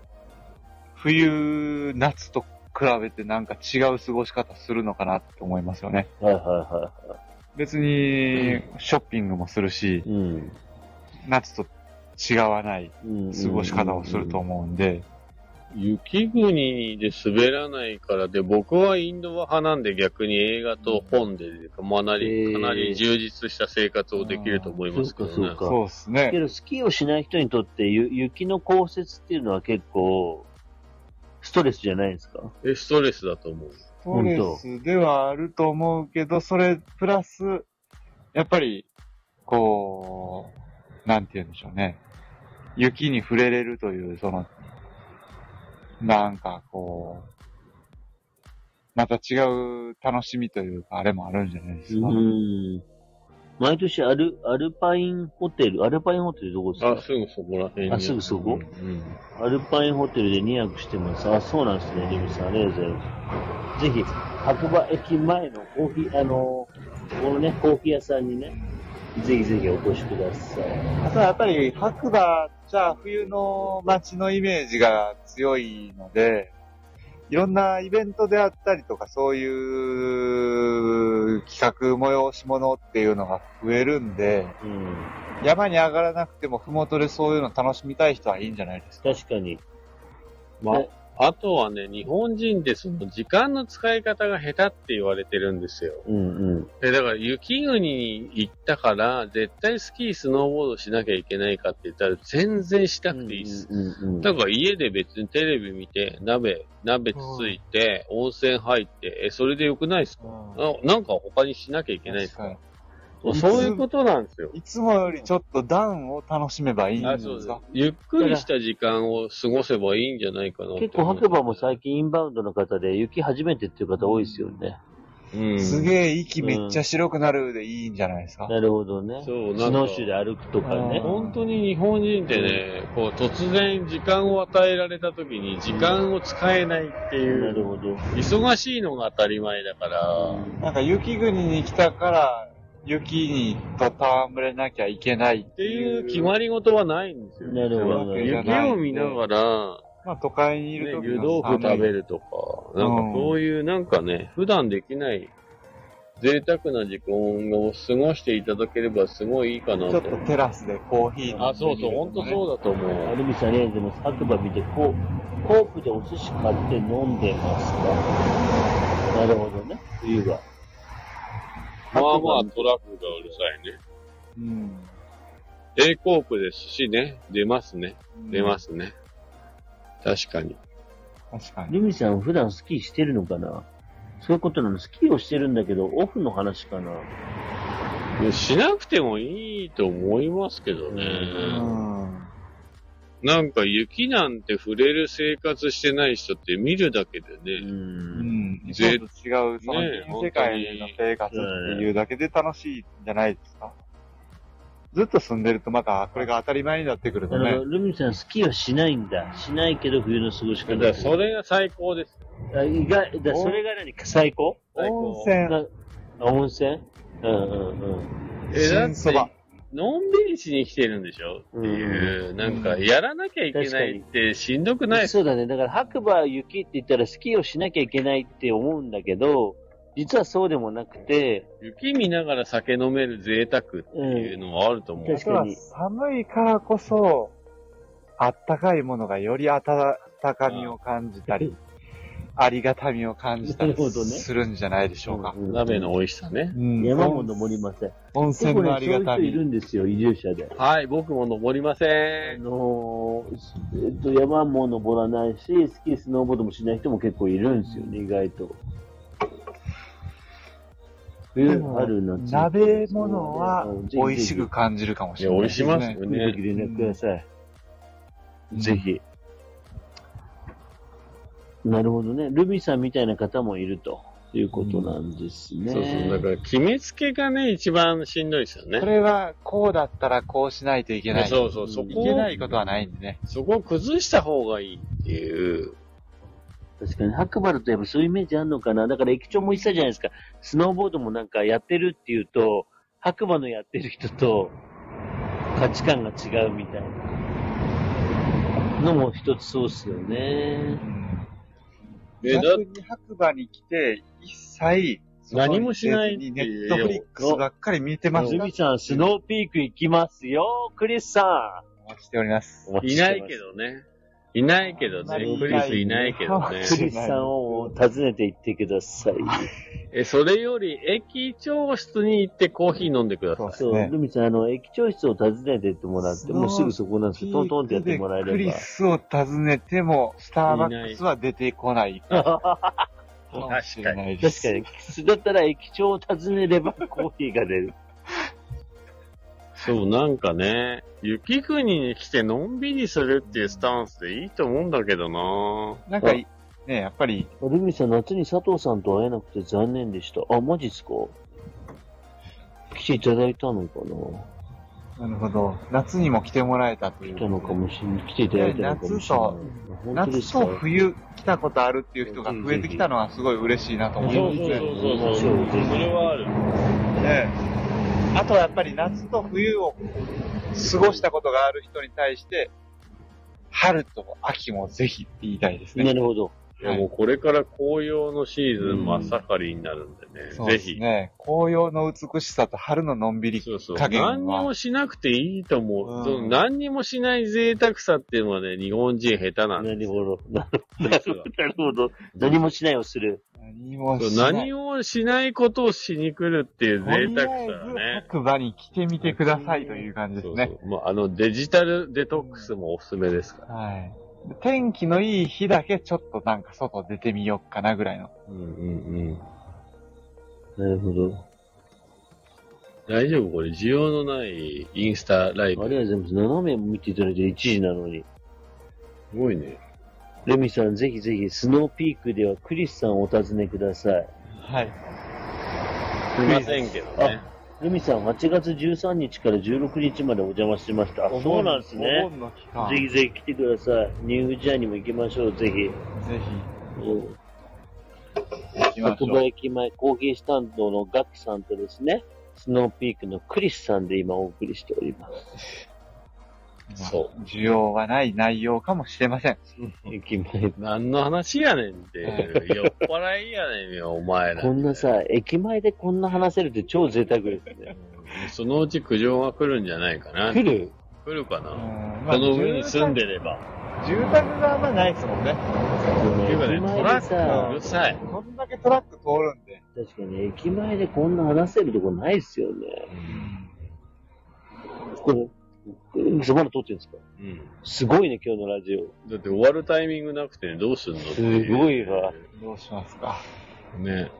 冬、夏と比べてなんか違う過ごし方するのかなって思いますよね。
はいはいは
別に、ショッピングもするし
い。、うん。
夏と違わない
うん
過ごし方をすると思うんで、
雪国で滑らないからで、僕はインドア派なんで逆に映画と本でかなり、
えー
かなり充実した生活をできると思いますけど
そう
ね
か。そうか
そうです
け
ね。
ど、スキーをしない人にとって、ゆ雪の降雪っていうのは結構、ストレスじゃないですか。
えストレスだと思う。
ストレスではあると思うけど、それプラス、やっぱり、こう、なんて言うんでしょうね。雪に触れれるという、その、なんかこう、また違う楽しみというか、あれもあるんじゃないですか。
うん。毎年アル、アルパインホテル、アルパインホテルどこです
あ、
か
すぐそこら辺に。
あすぐそこ
うん
アルパインホテルで2泊してます。あ、そうなんですね、リミさん。ありがとうございます。ぜひ、白馬駅前のコーヒー、あの、このね、コーヒー屋さんにね、ぜひぜひお越しください。
あとはやっぱり白馬じゃあ冬の街のイメージが強いので、いろんなイベントであったりとか、そういう企画催し物っていうのが増えるんで、
うん。
山に上がらなくても麓でそういうの楽しみたい人はいいんじゃないですか。
確かに。
まあ、あとはね、日本人ってその時間の使い方が下手って言われてるんですよ。
うんうん。
え、だから雪国に行ったから、絶対スキー、スノーボードしなきゃいけないかって言ったら、全然しなくていいっす。
うんうん
だから家で別にテレビ見て、鍋、鍋つついて、温泉入って、え、それでよくないですかななんか他にしなきゃいけないです
確かに
そうそういうことなんですよ。
いつもよりちょっとダウンを楽しめばいいんじゃな
あ
い
そう
で
ですす
か。
ゆっくりした時間を過ごせばいいんじゃないかなって
結構白馬も最近インバウンドの方で雪初めてっていう方多いですよね。
うん。
すげえ息めっちゃ白くなるでいいんじゃないですか。
なるほどね。
そう、な
ス
んか
ノーシューで歩くとかね。
本当に日本人ってね、こう突然時間を与えられた時に時間を使えないってい
なる
う、
ほど。
忙しいのが当たり前だから、
なんか雪国に来たから、雪にと戯れなきゃいけないっ
ってて
い
いう
う。
決まり事はないんですよ。
なるほど。
い
雪
や
を見ながら、
まあ都会にい
ね、
る時
湯
の
豆腐食べ
る。
るとか、なんかそういうなんかね、普段できない贅沢な時間を過ごしていただければすごいいいかな
ちょ
と
っ。とテラスでコーヒー飲んでみるとかね
あ、そうそう、ほんとそうだと思
ア
う。
ルミさんありがとうございます。白馬見て、こう、コープでお寿司買って飲んでますかなるほどね。冬は。
まあまあトラックがうるさいね。
うん。。
A コープで寿司ね、出ますね。出ますすね。確かに。
確かに。
ルミさん普段スキーしてるのかなそういうことなの。スキーをしてるんだけど、オフの話かな。
しなくてもいいと思いますけどね。
うん。
なんか雪なんて触れる生活してない人って見るだけで
う。
ね、
うんん。ち
ぜ
ょっと違う、その
ねえ
人世界の生活っていうだけで楽しいんじゃないですか。ずっと住んでるとまたこれが当たり前になってくると
なる
ね
ほ。ど。ルミさんスキーはしないんだ。しないけど冬の過ごし方
だからそれが最高です。
あ意外、だそれが何か最高
最高
温泉、
だあ温泉うんうんうん。
え、だ
新
っ
そば
て、のんびりしに来てるんでしょっていう、なんか、やらなきゃいけないってしんどくないっす
そうだね。だから白馬雪って言ったらスキーをしなきゃいけないって思うんだけど、実はそうでもなくて、
雪見ながら酒飲める贅沢っていうのはあると思う。
確かに
実は寒いからこそ、あったかいものがより温かみを感じたり、ありがたみを感じたり
なるほどね
するんじゃないでしょうか。
うん
鍋の美味しさね。
うん
山も登りません。
温泉
結構
の
ね、
あり
そうい
が
う
た
人いる
み。
んですよ、移住者で。
はい、僕も登りませ
あ
ん。
のーえっと、山も登らないし、スキー、スノーボードもしない人も結構いるんですよね、意外と。
で
冬、
も
春、夏。
鍋物は
そうね
美味しく。感じるかも
い
し
や、
れな
美
いで
味し
す
ま
ね。
すよ
ぜひぜひ
ね。
連絡ください。
ぜ
ひ。なるほどね。ルビーさんみたいな方もいるということなんですね。
そうそう、だから決めつけがね、一番しんどいですよね
こ。れは、こうだったらこうしないといけない。
そうそう、そ
い
こ
け
を
な、いことはないんでね。
そこを崩した方がいいっていう。
確かに、白馬だとやっぱそういうイメージあるのかな。だから駅長も言ってたじゃないですか。スノーボードもなんかやってるっていうと、白馬のやってる人と価値観が違うみたいなのも一つそうっすよね。
え、だ
逆に白馬に来て、一切、その
何もしないってい
に
う
ネットフリックスばっかり見てます
ズビさん、スノーピーク行きますよ、クリスさ
お待ちしております。
ん。
いないけどね。いないけど
あんま
ね
り。い
ク
ない
リスいないけどね。
クリスさんを訪ねて行ってください。
え、それより、駅長室に行ってコーヒー飲んでください。
う
そう、ルミちゃん、あの、駅長室を訪ねてってもらって、もうすぐそこなんですよ。トントンってやってもらえ
ク
れ
リ
ば。
スを訪ねても、スターバックスは出てこない かもしれないで
確
す。
かに、だったら駅長を訪ねれば コーヒーが出る。
そう、なんかね、雪国に来てのんびりするっていうスタンスでいいと思うんだけどな
なんかい、ね、やっぱり、
ルミさん、夏に佐藤さんと会えなくて残念でした。あ、マジっすか来ていただいたのかな
なるほど。夏にも来てもらえたとい
来た
う。
のかもしれない。来ていただいたのかもしれない。本当です
夏
か
と冬来たことあるっていう人が増えてきたのはすごい嬉しいなと
そう
思い
そ
ま
う
す
そうそう
ね。
そう。それはある。
ねあとはやっぱり夏と冬を過ごしたことがある人に対して、春と秋もぜひって言いたいですね。
なるほど。
いやもうこれから紅葉のシーズン真っ盛りになるんでね。
そう
ぜ
です
ひ。
ね。紅葉の美しさと春ののんびり
そうそう。
加減は
何にもしなくていいと思う。
うん
その何にもしない贅沢さっていうのはね、日本人下手なん
な
で
るほど。 なる
すよ。
ほど。何もしないをする。
何も
そう
しない。
何をしないことをしに来るっていう贅沢さは
とりあえ
ね
ず。白馬に来てみてくださいという感じですね。
そうそう。まあ、あの、デジタルデトックスもおすすめですから。
はい。天気のいい日だけちょっとなんか外出てみようかなぐらいの。
うんうんうん。
なるほど。
大丈夫これ、需要のないインスタライ
あ
ブ。
りがとうございます。斜め見ていただいて1時なのに。
すごいね。
レミさん、ぜひぜひ、スノーピークではクリスさんをお尋ねください。
はい。
いませんけどね。
レミさん、8月13日から16日までお邪魔してました。あそうなんです
お
ね。
盆の期間。
ぜひぜひ来てください。ニューフジャーにも行きましょう、ぜひ。
ぜ
うん
ひ行きまし
白
ょ
馬
う。
駅前コーヒースタンドのガッキさんとですね、スノーピークのクリスさんで今お送りしております。
そ
需要はない内容かもしれません。
駅前。
何の話やねんっていう。酔っ払いやねんよ、お前ら。
こんなさ、駅前でこんな話せるって超贅沢ですね。
そのうち苦情が来るんじゃないかな。
来る
来るか
う
な。
ん
この上に住んでれば。
住宅があんまないですもんね。
ていうかね、
駅
ト
前
ラ
で
ック
さ
うる、さい。
こんだけトラック通るんで。
確かに駅前でこんな話せるとこないっすよね。これ、うんそばの撮ってるんですか
うん。
すごいね、今日のラジオ。
だって終わるタイミングなくてどうすんのってう
すごいわ。
どうしますか。
ね。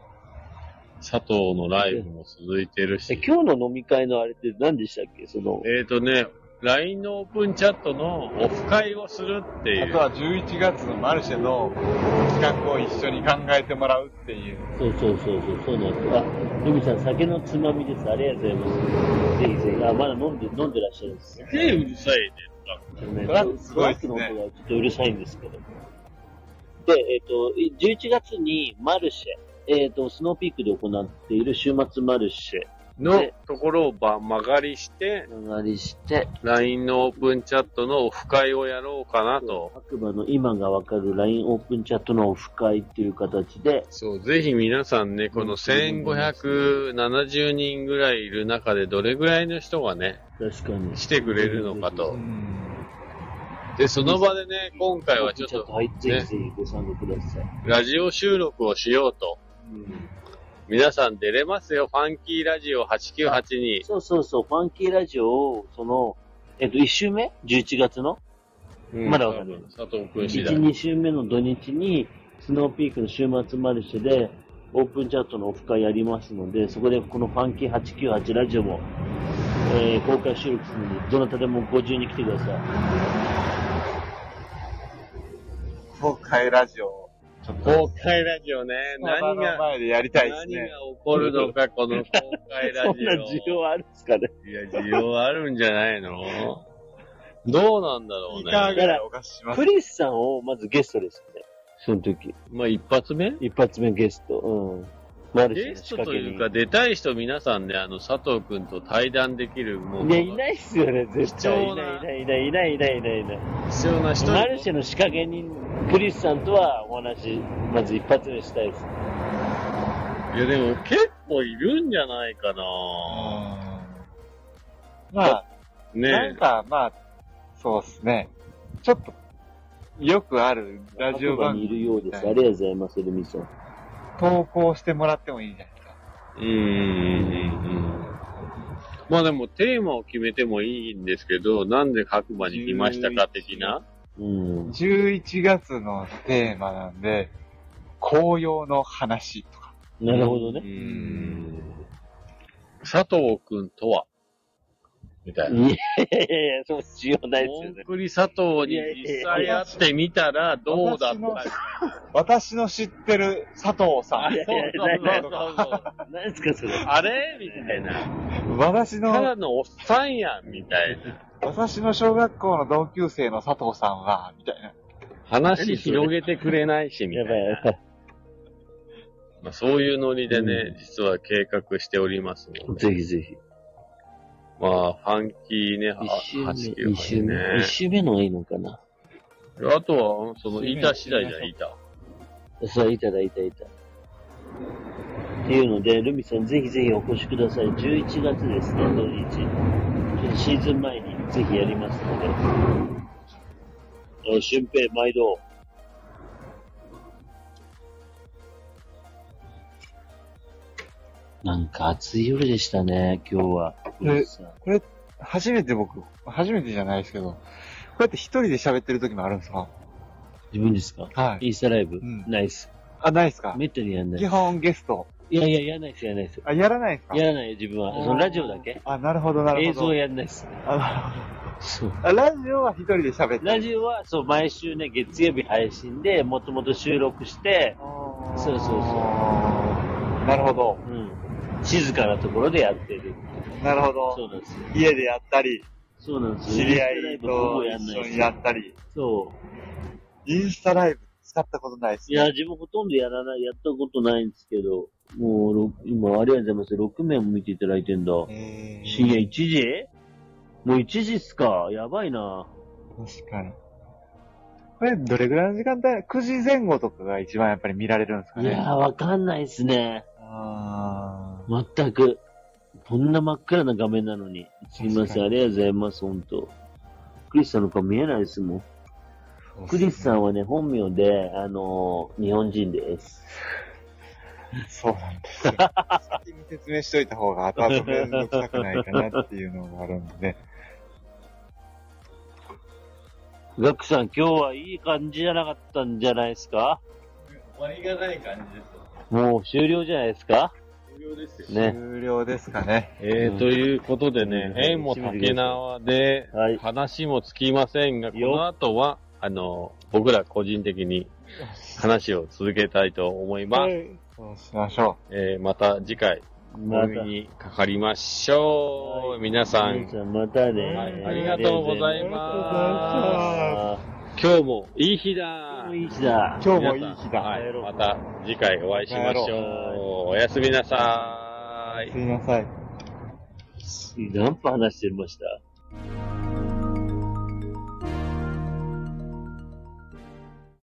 佐藤のライブも続いてるし。
え、今日の飲み会のあれって何でしたっけその、
えっ、ー、とね、LINE のオープンチャットのオフ会をするってい
あ
う。
とは11月のマルシェの企画を一緒に考えてもらうっていう。
そうそうそうそう、そうなんです。あ、ルミさん、酒のつまみです。ありがとうございます。ぜひぜひ、あ、まだ飲んで、飲んでらっしゃるんですね。
すげえうるさいね。
ト
ラックすごいですね
トラックの音がちょっとうるさいんですけど。で、えっ、と、11月にマルシェ、えっ、と、スノーピークで行っている週末マルシェ
のところをば曲がりして、
曲がりして、
LINE のオープンチャットのオフ会をやろうかなと。
白馬の今がわかる LINE オープンチャットのオフ会っていう形で、
そう、ぜひ皆さんね、この1570人ぐらいいる中で、どれぐらいの人がね、
確かに。
来てくれるのかと
う。ん
で、その場でね、今回はちょっと、
入って、ぜひご参加ください。
ラジオ収録をしようと。皆さん出れますよ、ファンキーラジオ898に。
そうそうそう、ファンキーラジオを、その、えっ、と、1週目 ?11 月の
うん
まだわかんない
佐藤君次
?1、
第。
2週目の土日に、スノーピークの週末マルシェで、オープンチャットのオフ会やりますので、そこでこのファンキー898ラジオも、えー公開収録するので、どなたでもご自由に来てください。
東海ラジオ。ちょっと、
公開ラジオね、
何
何
の
が、
前でやりたい
何
です
が
ね。
起こるのか、この公開ラ
そん
ジ
な需要あるんですかね。
オ。いや、需要あるんじゃないのどうなんだろ
ギ
う
ター
ね。
ぐらいお貸しします
ク。リスさんをまずゲストですよね。その時。
まあ、一発目
一発目ゲスト。うん。マルシェ
ゲ
の仕
スト
掛
と
け
い
に
うか、出たい人皆さんね、あの、佐藤君と対談できる、もう、
ね、いないっすよね、絶対。
貴
い
重な
ないいないいないいないいないいない。
必要な人
マルシェの仕掛け人、クリスさんとはお話、まず一発目したいです。
いや、でも結構いるんじゃないかな
まあ、なん
ね
か、まあ、そうですね。ちょっと、よくあるラジオ
白馬
番
にい
組
るようです。ありがとうございます、ルミさん。
投稿してもらってもいいじゃないですか。
え。うんうんうんうん。まあでもテーマを決めてもいいんですけど、なんで白馬に来ましたか的な。
うん。
11月のテーマなんで、紅葉の話とか。
なるほどね
う。ん。佐藤くんとはみたい
いや
な。
いやいやいや、そう、需要ないです
コ
よ
ン
ね。
クリ佐藤に実際会ってみたらどうだったか。
私の知ってる佐藤さん。
そうそうそうそう。
何ですか、それ。
あれみたいな。
私
た
の、
だのおっさんやん、みたいな。
私の小学校の同級生の佐藤さんは、みたいな。
話広げてくれないし、みた
や
い
ばい、や
な。
ばい。
まあ、そういうノリでね、実は計画しておりますので。
ぜひぜひ。
まあ、ファンキーね、は
一周目、
8
一周
キロ
目、一周目のがいいのかな。
ね。あとは、その、板次第じゃん、板。
そう、いただいたいた。っていうので、ルミさんぜひぜひお越しください。11月ですね、土日。ちょっとシーズン前にぜひやりますので。おい、俊平、毎度。なんか暑い夜でしたね、今日は。
え
ルミさん
初めて僕、初めてじゃないですけど、こうやって一人で喋ってる時もあるんですよ。
自分ですか
はい。
インスタライブ、
うん
ナイス。
あ、ないですか
めったにやんない
基。本ゲスト。
いやいや、やらないです、やらないです。
あ、やらないですか
やらない、自分は。そのラジオだけ
あ、なるほど、なる
映
ほど。
像やんないです。
あな
そう。
るほどあラジオは一人で喋って
ラジオは、そう、毎週ね、月曜日配信で、もともと収録して、
オ
そうそうそう
なるほど。
うん。静かなところでやってる。
なるほ
そ
ど。
うなんですよ。
家でやったり、
そうなんです
知
よ。
り合
イン
い
スタライブほぼ
と
やん
一
ない
緒に
で
や
す。
ったり、
そ
インスタライブ使ったことないです
う。いや、自分ほとんどやらない、やったことないんですけど、もうろ、今、ありがとうございます。6名も見ていただいてんだ。
えー
深夜1時もう1時っすか。やばいな。
確かに。これ、どれぐらいの時間帯 ?9 時前後とかが一番やっぱり見られるんですか
い
ね。
やー、わかんないっすね。
あ
全く。こんな真っ暗な画面なのに。すみません、ありがとうございます、本当。クリスさんの顔見えないですもん。
ー
クリスさんはね、本名で、あのー日本人です。
そうなんですよ。先に説明しといた方が後々めんどくさくないかなっていうのがあるんでね。
ガクさん、今日はいい感じじゃなかったんじゃないですか
終わりがない感じです。
もう終了じゃないですか
無料ですよ。
ね。
終了ですかね。
えー、ということでね、
うん
縁も竹縄で、
はい。
話もつきませんが、こ
よ
の後は、あの、僕ら個人的に話を続けたいと思います。
そうしましょ
えーまた次回、お
また
耳、にかかりましょう。皆さん、
皆さんまたね。
はいありがとうござ
ありがとうご
います
ざいます。
今日もいい日だ
いい日だ。
今日もいい日
は
だ。
い、また次回お会いしましょう。おやすみなさーい
す。いません。
何分話してました